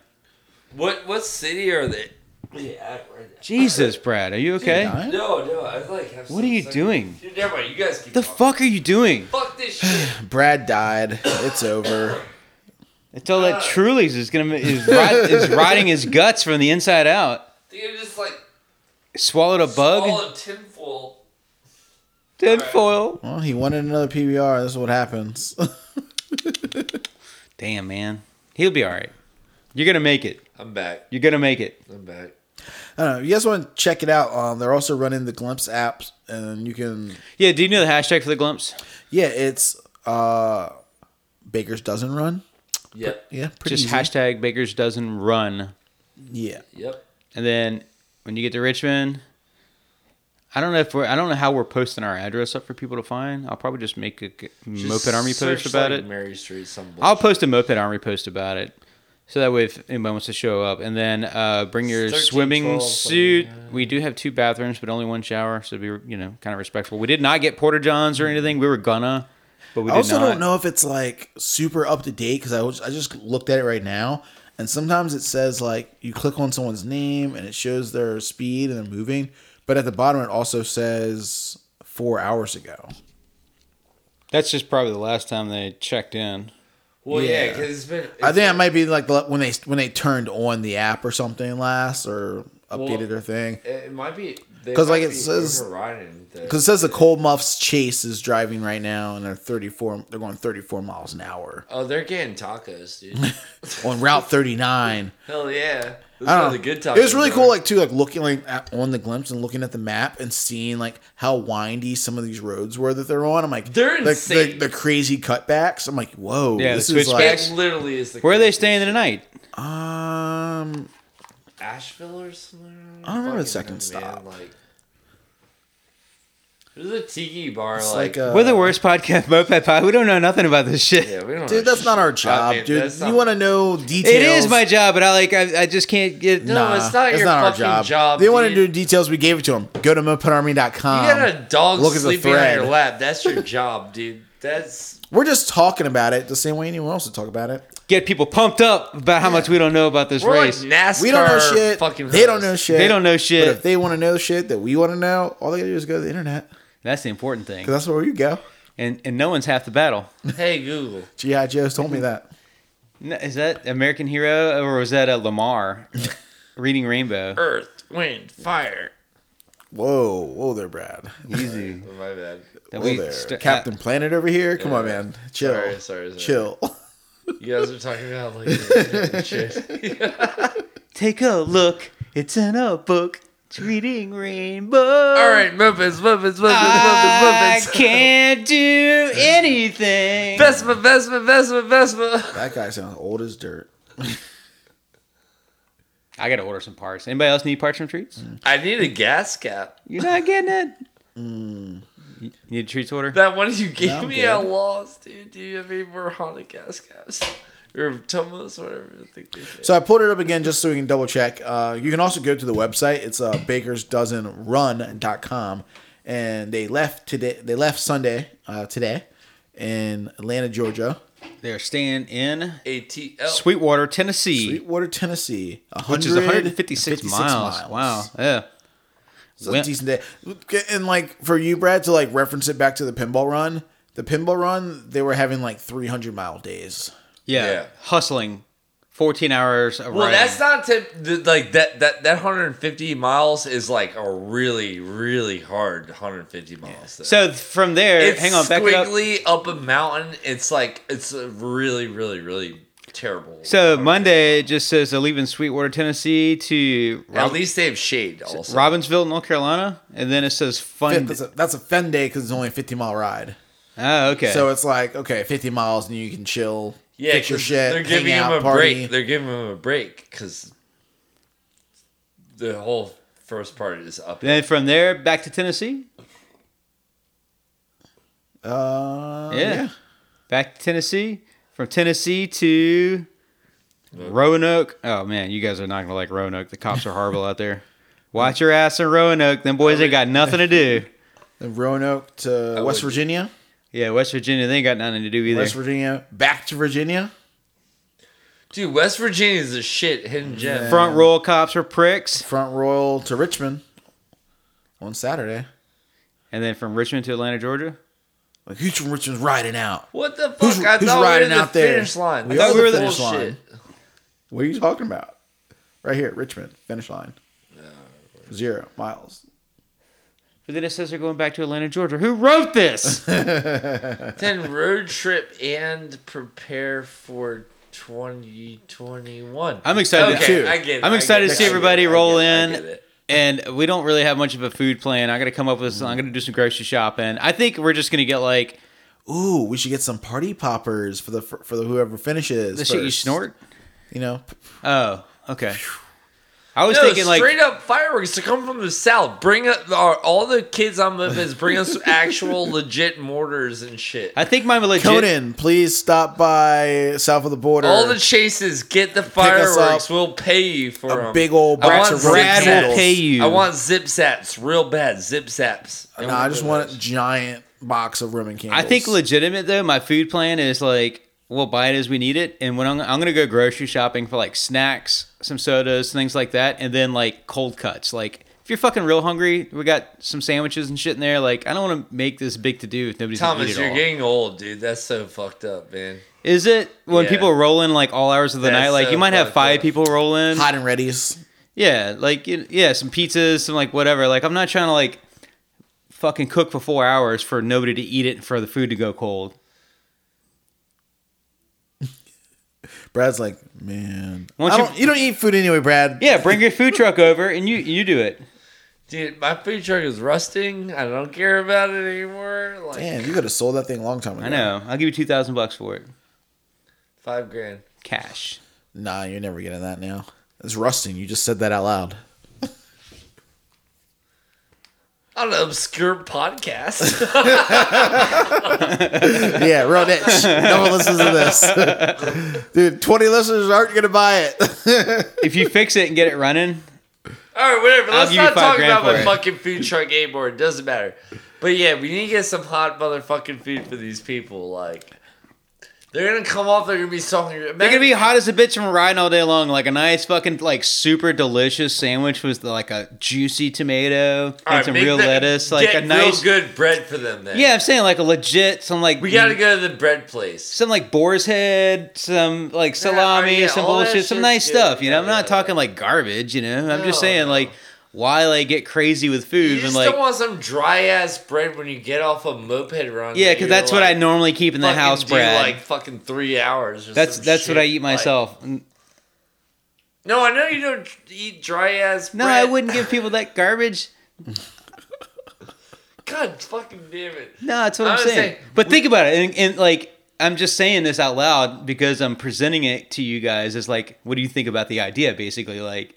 Speaker 2: What what city are they? Yeah, I- right now.
Speaker 3: Jesus, Brad, are you okay?
Speaker 5: Dying?
Speaker 2: no, no. I like. Have
Speaker 3: What are you
Speaker 2: some-
Speaker 3: doing?
Speaker 2: Dude, never mind. You guys keep
Speaker 3: The
Speaker 2: talking.
Speaker 3: fuck are you doing?
Speaker 2: Fuck this
Speaker 5: [SIGHS]
Speaker 2: shit.
Speaker 5: Brad died. It's over.
Speaker 3: Until
Speaker 2: Uh.
Speaker 3: that Truly's is gonna is, rot, is rotting his guts from the inside out.
Speaker 2: Dude, just like
Speaker 3: Swallowed a bug.
Speaker 2: swallowed tinfoil.
Speaker 3: Tinfoil.
Speaker 5: Well, he wanted another PBR. This is what happens. [LAUGHS]
Speaker 3: Damn, man, he'll be all right. You're gonna make it.
Speaker 2: I'm back.
Speaker 3: You're gonna make it.
Speaker 2: I'm back.
Speaker 5: I don't know. If you guys want to check it out, um, they're also running the Glimpse apps, and you can.
Speaker 3: Yeah. Do you know the hashtag for the glimpse?
Speaker 5: Yeah, it's uh, Baker's doesn't run.
Speaker 2: Yep.
Speaker 5: Yeah, pretty
Speaker 3: Just
Speaker 5: easy.
Speaker 3: hashtag Baker's dozen run,
Speaker 5: Yeah,
Speaker 2: Yep.
Speaker 3: and then when you get to Richmond, I don't know if we're I don't know how we're posting our address up for people to find. I'll probably just make a g-
Speaker 2: Just
Speaker 3: moped army
Speaker 2: search,
Speaker 3: post about
Speaker 2: like,
Speaker 3: it.
Speaker 2: Mary Street. Some
Speaker 3: I'll
Speaker 2: bullshit.
Speaker 3: post a moped army post about it. So that way, if anyone wants to show up, and then uh, bring your
Speaker 2: 13,
Speaker 3: swimming
Speaker 2: 12,
Speaker 3: suit. We do have two bathrooms, but only one shower, so be you know kind of respectful. We did not get porta johns or anything. We were gonna, but we
Speaker 5: I
Speaker 3: did
Speaker 5: also
Speaker 3: not.
Speaker 5: don't know if it's like super up to date because I was, I just looked at it right now, and sometimes it says like you click on someone's name and it shows their speed and they're moving, but at the bottom it also says four hours ago.
Speaker 3: That's just probably the last time they checked in.
Speaker 2: Well, yeah,
Speaker 5: Yeah.
Speaker 2: because it's been. It's,
Speaker 5: I think that might be like the, when they when they turned on the app or something last or updated
Speaker 2: Well,
Speaker 5: their thing.
Speaker 2: It it might be
Speaker 5: 'Cause, like, it says- Because it
Speaker 2: because
Speaker 5: says the Cold Muffs Chase is driving right now, and they're thirty four. They're going thirty four miles an hour
Speaker 2: oh, they're getting tacos,
Speaker 5: [LAUGHS]
Speaker 2: dude.
Speaker 5: on Route thirty nine.
Speaker 2: Hell yeah, those
Speaker 5: I
Speaker 2: are
Speaker 5: don't
Speaker 2: the
Speaker 5: know.
Speaker 2: good tacos.
Speaker 5: it was really
Speaker 2: are.
Speaker 5: cool, like too, like looking like at, on the glimpse and looking at the map and seeing like how windy some of these roads were that they're on. I'm like,
Speaker 2: They're
Speaker 5: the, the,
Speaker 2: insane.
Speaker 5: the crazy cutbacks. I'm like, whoa,
Speaker 3: Yeah,
Speaker 5: this
Speaker 3: the
Speaker 5: is like,
Speaker 3: switchbacks.
Speaker 2: it literally is the.
Speaker 3: Where are they staying tonight?
Speaker 5: um,
Speaker 2: Asheville or something.
Speaker 5: I don't remember the
Speaker 2: Fucking
Speaker 5: second
Speaker 2: know, man,
Speaker 5: stop.
Speaker 2: Like, there's a tiki bar.
Speaker 5: it's
Speaker 2: like,
Speaker 5: like, uh,
Speaker 3: We're the worst podcast, [LAUGHS] Moped Pod. We don't know nothing about this shit.
Speaker 2: yeah, we don't. know
Speaker 5: dude, that's not our
Speaker 2: shit.
Speaker 5: job,
Speaker 2: I mean,
Speaker 5: dude.
Speaker 2: that's
Speaker 5: You
Speaker 2: not-
Speaker 5: want to know details?
Speaker 3: It is my job, but I like I, I just can't get.
Speaker 2: No, it's not your fucking job,
Speaker 5: They want to do
Speaker 2: dude.
Speaker 5: details. We gave it to them. Go to
Speaker 2: You
Speaker 5: mopedarmy.com.
Speaker 2: got a dog
Speaker 5: um, look at the
Speaker 2: sleeping on your
Speaker 5: thread.
Speaker 2: lap. That's your job, dude.
Speaker 5: [LAUGHS]
Speaker 2: That's
Speaker 5: We're just talking about it the same way anyone else would talk about it.
Speaker 3: Get people pumped up about how much we don't know about this
Speaker 2: we're like
Speaker 3: race.
Speaker 2: NASCAR.
Speaker 5: We don't know shit.
Speaker 2: Fucking
Speaker 5: they don't know
Speaker 2: hosts.
Speaker 5: shit.
Speaker 3: They don't know shit.
Speaker 5: But if they want to know shit that we want to know, all they gotta do is go to the internet.
Speaker 3: That's the important thing.
Speaker 5: 'Cause that's where you go.
Speaker 3: And and no one's half the battle.
Speaker 2: Hey Google.
Speaker 5: G.I. Joe's told me
Speaker 3: Mm-hmm.
Speaker 5: that.
Speaker 3: N- Is that American Hero or was that a
Speaker 5: [LAUGHS]
Speaker 3: Lamar reading Rainbow?
Speaker 2: Earth, wind,
Speaker 5: [LAUGHS]
Speaker 2: fire.
Speaker 5: Whoa, whoa there, Brad.
Speaker 3: Easy.
Speaker 2: Oh, my bad.
Speaker 3: That
Speaker 5: Whoa
Speaker 3: we
Speaker 5: there.
Speaker 3: st- uh,
Speaker 5: Captain Planet over here. Come on, man. Chill.
Speaker 2: Sorry, sorry, sorry.
Speaker 5: Chill. [LAUGHS]
Speaker 2: You guys are talking about like religion and shit.
Speaker 3: Take a look. It's in a book. It's reading Rainbow.
Speaker 2: All right, Muppets, Muppets, Muppets,
Speaker 3: I
Speaker 2: [LAUGHS] Muppets, Muppets.
Speaker 3: [LAUGHS] can't do anything.
Speaker 2: Vespa, Vespa, Vespa, Vespa.
Speaker 5: that guy sounds old as dirt.
Speaker 3: I gotta order some parts. Anybody else need parts from treats?
Speaker 5: Mm.
Speaker 2: I need a gas cap.
Speaker 3: You're not getting
Speaker 5: [LAUGHS]
Speaker 3: it.
Speaker 5: Mm.
Speaker 3: You need a treats order?
Speaker 2: That one you gave
Speaker 5: I'm
Speaker 2: me,
Speaker 5: good.
Speaker 2: I lost, dude. Do you have any more haunted gas caps? Or Tumblers, whatever I think they say.
Speaker 5: So I pulled it up again just so we can double check. Uh, you can also go to the website. It's uh, bakersdozenrun.com. And they left today. They left Sunday uh, today in Atlanta, Georgia,
Speaker 3: They're staying in
Speaker 2: ATL.
Speaker 3: Sweetwater, Tennessee,
Speaker 5: Sweetwater, Tennessee,
Speaker 3: which is 156
Speaker 5: 156
Speaker 3: miles. Wow. Yeah.
Speaker 5: So
Speaker 3: Well-
Speaker 5: it's decent day. And like for you, Brad, to like reference it back to the pinball run, the pinball run, they were having like 300 mile days.
Speaker 3: yeah.
Speaker 2: Yeah.
Speaker 3: Hustling 14 hours of
Speaker 2: Well,
Speaker 3: riding.
Speaker 2: that's not to, th- like that that that 150 miles is like a really really hard 150 miles. though.
Speaker 3: so from there,
Speaker 2: it's
Speaker 3: hang on, back it up.
Speaker 2: squiggly up. a mountain. It's like it's a really really really terrible.
Speaker 3: So Monday it just says they're leaving Sweetwater, Tennessee to
Speaker 2: at
Speaker 3: Rob-
Speaker 2: least they have shade. Also,
Speaker 3: Robbinsville, North Carolina, and then it says
Speaker 5: Fin-
Speaker 3: fun.
Speaker 5: that's, a, that's a fen day because it's only a 50 mile ride.
Speaker 3: oh, okay.
Speaker 5: So it's like, okay, 50 miles and you can chill,
Speaker 2: yeah,
Speaker 5: fix your
Speaker 2: 'cause
Speaker 5: shit,
Speaker 2: They're giving
Speaker 5: hang out,
Speaker 2: him a
Speaker 5: party.
Speaker 2: break. They're giving him a break because the whole first part is up.
Speaker 3: then from there back to Tennessee.
Speaker 5: Uh,
Speaker 3: Yeah.
Speaker 5: yeah.
Speaker 3: Back to Tennessee. From Tennessee to Roanoke. Oh man, you guys are not gonna like Roanoke. The cops are horrible out there. Watch your ass in Roanoke. Them boys ain't got nothing to do.
Speaker 5: The Roanoke to
Speaker 2: I
Speaker 5: West
Speaker 2: would-
Speaker 5: Virginia,
Speaker 3: Yeah, West Virginia, they ain't got nothing to do either.
Speaker 5: West Virginia, back to Virginia.
Speaker 2: Dude, West Virginia is a shit hidden gem.
Speaker 3: Front royal cops are pricks.
Speaker 5: Front Royal to Richmond on Saturday.
Speaker 3: And then from Richmond to Atlanta, Georgia.
Speaker 5: Like who's from Richmond's riding out?
Speaker 2: What the fuck?
Speaker 5: Who's-
Speaker 2: I
Speaker 5: who's
Speaker 2: thought we
Speaker 5: riding
Speaker 2: were in
Speaker 5: out
Speaker 2: the
Speaker 5: there?
Speaker 2: finish line.
Speaker 5: We
Speaker 2: I thought
Speaker 3: are
Speaker 2: we were
Speaker 3: the
Speaker 2: in the
Speaker 5: finish
Speaker 2: finish
Speaker 5: line.
Speaker 2: line.
Speaker 5: What are you talking about? Right here, Richmond, finish line. Zero miles.
Speaker 3: But then it says they're going back to Atlanta, Georgia. Who wrote this?
Speaker 2: [LAUGHS] Then road trip and prepare for 2021.
Speaker 3: [LAUGHS] I'm excited
Speaker 2: okay,
Speaker 5: too.
Speaker 2: I get it.
Speaker 3: I'm
Speaker 2: I
Speaker 3: excited
Speaker 2: get
Speaker 3: to see
Speaker 2: it,
Speaker 3: everybody
Speaker 2: I get it,
Speaker 3: roll
Speaker 2: I
Speaker 3: in.
Speaker 2: get it.
Speaker 3: and we don't really have much of a food plan. I got to come up with some. I'm going to do some grocery shopping. I think we're just going to get like
Speaker 5: Ooh, we should get some party poppers for the for the whoever finishes.
Speaker 3: the shit you
Speaker 5: first.
Speaker 3: snort.
Speaker 5: You know, p-
Speaker 3: Oh, okay. I was
Speaker 2: No,
Speaker 3: thinking like
Speaker 2: straight up fireworks to come from the south. Bring up our, all the kids I'm with is bring
Speaker 3: [LAUGHS]
Speaker 2: us actual legit mortars and shit.
Speaker 3: I think my legit.
Speaker 5: Conan, please stop by south of the border.
Speaker 2: All the chases, get the
Speaker 5: us up
Speaker 2: fireworks. We'll pay you for
Speaker 5: a
Speaker 2: them.
Speaker 5: big old
Speaker 2: I
Speaker 5: box
Speaker 2: want
Speaker 5: of
Speaker 2: Zip
Speaker 5: Brad
Speaker 3: Brad will
Speaker 2: Zaps.
Speaker 3: pay you.
Speaker 2: I want zip zaps real bad. Zip zaps.
Speaker 5: No, I just want a giant box of Roman candles.
Speaker 3: I think legitimate though. My food plan is like we'll buy it as we need it, and when I'm, I'm going to go grocery shopping for like snacks, some sodas, things like that, and then like cold cuts. Like if you're fucking real hungry, we got some sandwiches and shit in there. Like I don't want to make this big to do if nobody's gonna
Speaker 2: Thomas,
Speaker 3: eat it
Speaker 2: you're
Speaker 3: all.
Speaker 2: getting old, dude. That's so fucked up, man.
Speaker 3: Is it when
Speaker 2: Yeah.
Speaker 3: people roll in like all hours of the
Speaker 2: That's
Speaker 3: night? Like
Speaker 2: so
Speaker 3: you might have
Speaker 2: fucked
Speaker 3: five
Speaker 2: up.
Speaker 3: people roll in.
Speaker 5: hot and ready's.
Speaker 3: Yeah, like you- yeah, some pizzas, some like whatever. Like I'm not trying to like fucking cook for four hours for nobody to eat it and for the food to go cold.
Speaker 5: Brad's like, man,
Speaker 3: Why
Speaker 5: I
Speaker 3: don't you-
Speaker 5: don't- you don't eat food anyway, Brad.
Speaker 3: Yeah, bring your food truck over and you you do it.
Speaker 2: Dude, my food truck is rusting. I don't care about it anymore. Like
Speaker 5: Damn, you could have sold that thing a long time ago.
Speaker 3: I know. I'll give you two thousand bucks for it,
Speaker 2: five grand.
Speaker 3: cash.
Speaker 5: Nah, you're never getting that now. It's rusting. You just said that out loud.
Speaker 2: On an obscure podcast. [LAUGHS]
Speaker 5: yeah, real niche. No one listens to this. [LAUGHS] Dude, 20 listeners aren't going to buy it.
Speaker 3: If you fix it and get it running,
Speaker 2: All right, whatever. Let's
Speaker 3: give you
Speaker 2: not
Speaker 3: five
Speaker 2: talk
Speaker 3: grand
Speaker 2: about
Speaker 3: for
Speaker 2: my
Speaker 3: it.
Speaker 2: fucking food truck anymore. It doesn't matter. But yeah, we need to get some hot motherfucking food for these people. Like, they're gonna come off. They're gonna be so hungry.
Speaker 3: they're gonna be hot as a bitch from riding all day long. Like a nice fucking like super delicious sandwich with like a juicy tomato and
Speaker 2: All right,
Speaker 3: some
Speaker 2: make
Speaker 3: real
Speaker 2: the-
Speaker 3: lettuce. Like
Speaker 2: get
Speaker 3: a nice.
Speaker 2: real good bread for them. Then
Speaker 3: Yeah, I'm saying like a legit some like
Speaker 2: we gotta go to the bread place.
Speaker 3: some like boar's head, some like salami,
Speaker 2: yeah,
Speaker 3: some
Speaker 2: all that
Speaker 3: bullshit, some
Speaker 2: shit's
Speaker 3: nice
Speaker 2: good.
Speaker 3: stuff. You know,
Speaker 2: Yeah,
Speaker 3: I'm not
Speaker 2: yeah,
Speaker 3: talking like garbage. You know, I'm just
Speaker 2: No,
Speaker 3: saying
Speaker 2: no.
Speaker 3: like why like get crazy with food
Speaker 2: You
Speaker 3: and
Speaker 2: just
Speaker 3: like
Speaker 2: don't want some dry ass bread when you get off a moped run. that
Speaker 3: yeah, because
Speaker 2: you're,
Speaker 3: that's what I
Speaker 2: like,
Speaker 3: normally keep in the
Speaker 2: fucking
Speaker 3: house,
Speaker 2: do,
Speaker 3: Brad.
Speaker 2: Like fucking three hours. Or
Speaker 3: that's
Speaker 2: some
Speaker 3: that's what I
Speaker 2: shit.
Speaker 3: eat
Speaker 2: Like-
Speaker 3: myself.
Speaker 2: [LAUGHS]
Speaker 3: N-
Speaker 2: no, I know you don't eat dry ass.
Speaker 3: no,
Speaker 2: bread.
Speaker 3: I wouldn't give people that garbage.
Speaker 2: God fucking damn it.
Speaker 3: No, that's what
Speaker 2: I
Speaker 3: I'm
Speaker 2: was
Speaker 3: saying.
Speaker 2: saying,
Speaker 3: but think about it, and, and like I'm just saying this out loud because I'm presenting it to you guys as like, what do you think about the idea? Basically, like.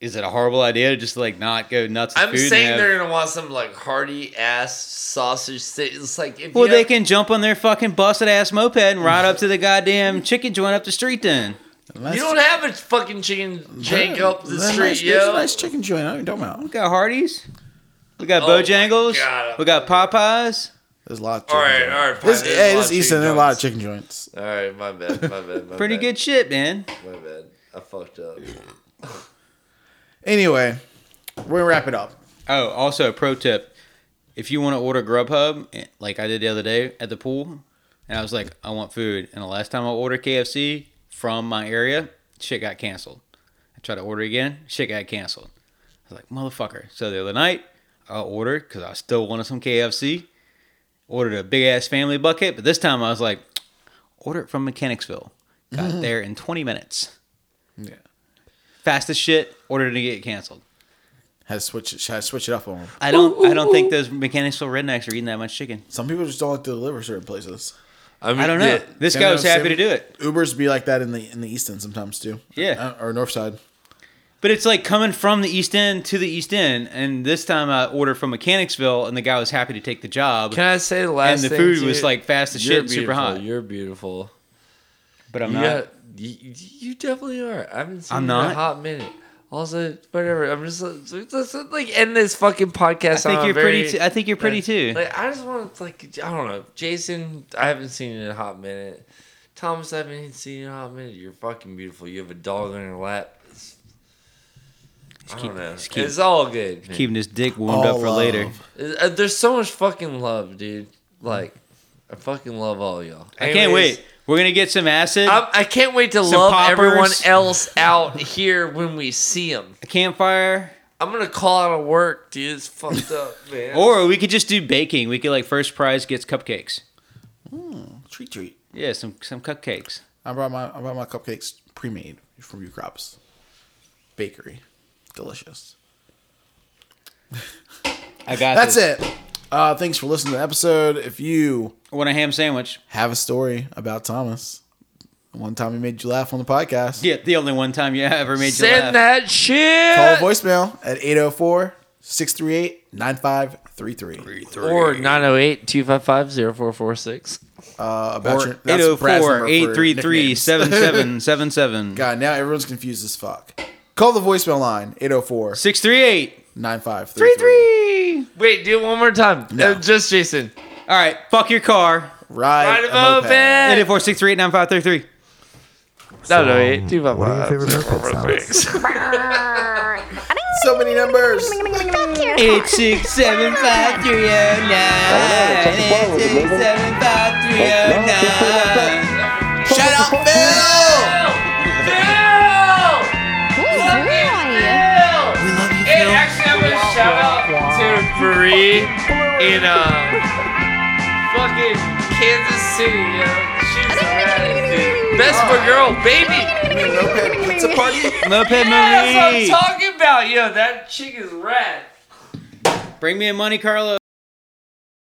Speaker 3: Is it a horrible idea to just like not go nuts? with
Speaker 2: I'm
Speaker 3: food and
Speaker 2: saying
Speaker 3: have-
Speaker 2: they're gonna want some like hearty ass sausage. Sti- it's like if
Speaker 3: Well,
Speaker 2: you
Speaker 3: they
Speaker 2: have-
Speaker 3: can jump on their fucking busted ass moped and ride up to
Speaker 2: [LAUGHS]
Speaker 3: the goddamn chicken joint up the street. Then
Speaker 2: You don't have a fucking chicken jank up the street,
Speaker 5: nice, there's a
Speaker 2: yo.
Speaker 5: nice chicken joint. I don't know what you're talking
Speaker 3: we
Speaker 5: about.
Speaker 3: got Hardee's, we got
Speaker 2: Oh my
Speaker 3: Bojangles,
Speaker 2: God.
Speaker 3: we got Popeyes.
Speaker 5: There's a lot of
Speaker 2: All
Speaker 5: chicken
Speaker 2: right,
Speaker 5: joints.
Speaker 2: all right.
Speaker 5: This,
Speaker 2: fine, there's
Speaker 5: hey,
Speaker 2: a lot
Speaker 5: this
Speaker 2: of
Speaker 5: is Easton.
Speaker 2: chicken
Speaker 5: There's a lot of
Speaker 2: joints.
Speaker 5: chicken joints.
Speaker 2: All right, my bad, my bad, my
Speaker 3: [LAUGHS] Pretty
Speaker 2: bad,
Speaker 3: good shit, man.
Speaker 2: My bad. I fucked up.
Speaker 5: Anyway, we're going to wrap it up.
Speaker 3: Oh, also a pro tip: if you want to order Grubhub, eh, like I did the other day at the pool, and I was like, I want food, and the last time I ordered KFC, from my area. Shit got canceled. I tried to order again. Shit got canceled. I was like, motherfucker. So the other night, I ordered because I still wanted some KFC. Ordered a big ass family bucket, but this time I was like, order it from Mechanicsville. Got it there in 20 minutes.
Speaker 5: Yeah.
Speaker 3: Fast as shit. Ordered it to get canceled.
Speaker 5: Had to switch it. Had to switch it up on them.
Speaker 3: I don't. I don't think those Mechanicsville rednecks are eating that much chicken.
Speaker 5: Some people just don't like to deliver certain places.
Speaker 2: I mean,
Speaker 3: I don't know.
Speaker 2: yeah,
Speaker 3: This
Speaker 5: You
Speaker 3: guy
Speaker 5: know,
Speaker 3: was happy to
Speaker 5: same-
Speaker 3: do it,
Speaker 5: Ubers be like that in the in the East End sometimes too.
Speaker 3: Yeah.
Speaker 5: Uh, or North Side.
Speaker 3: but it's like coming from the East End to the East End, and this time I ordered from Mechanicsville, and the guy was happy to take the job.
Speaker 2: Can I say the last?
Speaker 3: and the
Speaker 2: thing,
Speaker 3: food
Speaker 2: too?
Speaker 3: was like fast as
Speaker 2: You're
Speaker 3: shit, super
Speaker 2: beautiful,
Speaker 3: hot.
Speaker 2: You're beautiful.
Speaker 3: But I'm
Speaker 2: You
Speaker 3: not.
Speaker 2: got- you, you definitely are. I haven't seen
Speaker 3: I'm
Speaker 2: you in
Speaker 3: not.
Speaker 2: a hot minute. Also, whatever. I'm just like, let's, like end this fucking podcast.
Speaker 3: I think
Speaker 2: on a
Speaker 3: you're
Speaker 2: very,
Speaker 3: pretty. Too, I think you're pretty too.
Speaker 2: Like I just want to like I don't know, Jason. I haven't seen you in a hot minute. Thomas, I haven't seen you in a hot minute. You're fucking beautiful. You have a dog on your lap. It's, I don't
Speaker 3: keep-
Speaker 2: know.
Speaker 3: just keep-
Speaker 2: it's all good. man.
Speaker 3: Keeping his dick wound up
Speaker 5: All
Speaker 3: for later.
Speaker 5: love.
Speaker 2: Uh, There's so much fucking love, dude. Like I fucking love all y'all.
Speaker 3: I can't
Speaker 2: Anyways,
Speaker 3: wait. We're gonna get some acid.
Speaker 2: I'm, I can't wait to
Speaker 3: Some
Speaker 2: love
Speaker 3: poppers.
Speaker 2: everyone else out here when we see them.
Speaker 3: a campfire,
Speaker 2: I'm gonna call out of work, dude. It's fucked up, [LAUGHS] man.
Speaker 3: or we could just do baking. We could like first prize gets cupcakes.
Speaker 5: Treat treat.
Speaker 3: Yeah, some some cupcakes.
Speaker 5: I brought my I brought my cupcakes pre made from U Crops Bakery. Delicious.
Speaker 3: I got.
Speaker 5: That's
Speaker 3: this.
Speaker 5: it. Uh, thanks for listening to the episode. If you
Speaker 3: Want a ham sandwich?
Speaker 5: have a story about Thomas, one time he made you laugh on the podcast,
Speaker 3: Yeah, the only one time you ever made you laugh.
Speaker 2: Send that shit.
Speaker 5: call voicemail at 804 638 9533.
Speaker 2: or 908 255 0446.
Speaker 5: Uh, About your- that's Brad's number for
Speaker 3: 804 833
Speaker 5: nicknames.
Speaker 3: 7777 [LAUGHS]
Speaker 5: God, now everyone's confused as fuck. Call the voicemail line 804
Speaker 3: 638
Speaker 5: 9533.
Speaker 2: Wait, do it one more time.
Speaker 5: No.
Speaker 2: Uh, just Jason.
Speaker 3: All right, fuck your car.
Speaker 5: Right.
Speaker 2: Ride him open.
Speaker 3: 804 638 9533.
Speaker 5: eh?
Speaker 1: Um,
Speaker 2: 908
Speaker 4: What are your
Speaker 2: 255
Speaker 4: favorite haircuts, Alex?
Speaker 5: So many numbers.
Speaker 3: Eight six seven five three oh nine. Eight six seven five three oh nine.
Speaker 5: Shut up, Phil! We love you,
Speaker 2: Hey, actually, I'm gonna shout out to Marie in um, fucking Kansas City, yo. She's a rad, dude. Best for girl, baby.
Speaker 5: It's a party.
Speaker 3: Moped
Speaker 2: That's what I'm
Speaker 3: Marie.
Speaker 2: talking about, yo. That chick is rad.
Speaker 3: Bring me a Monte Carlo.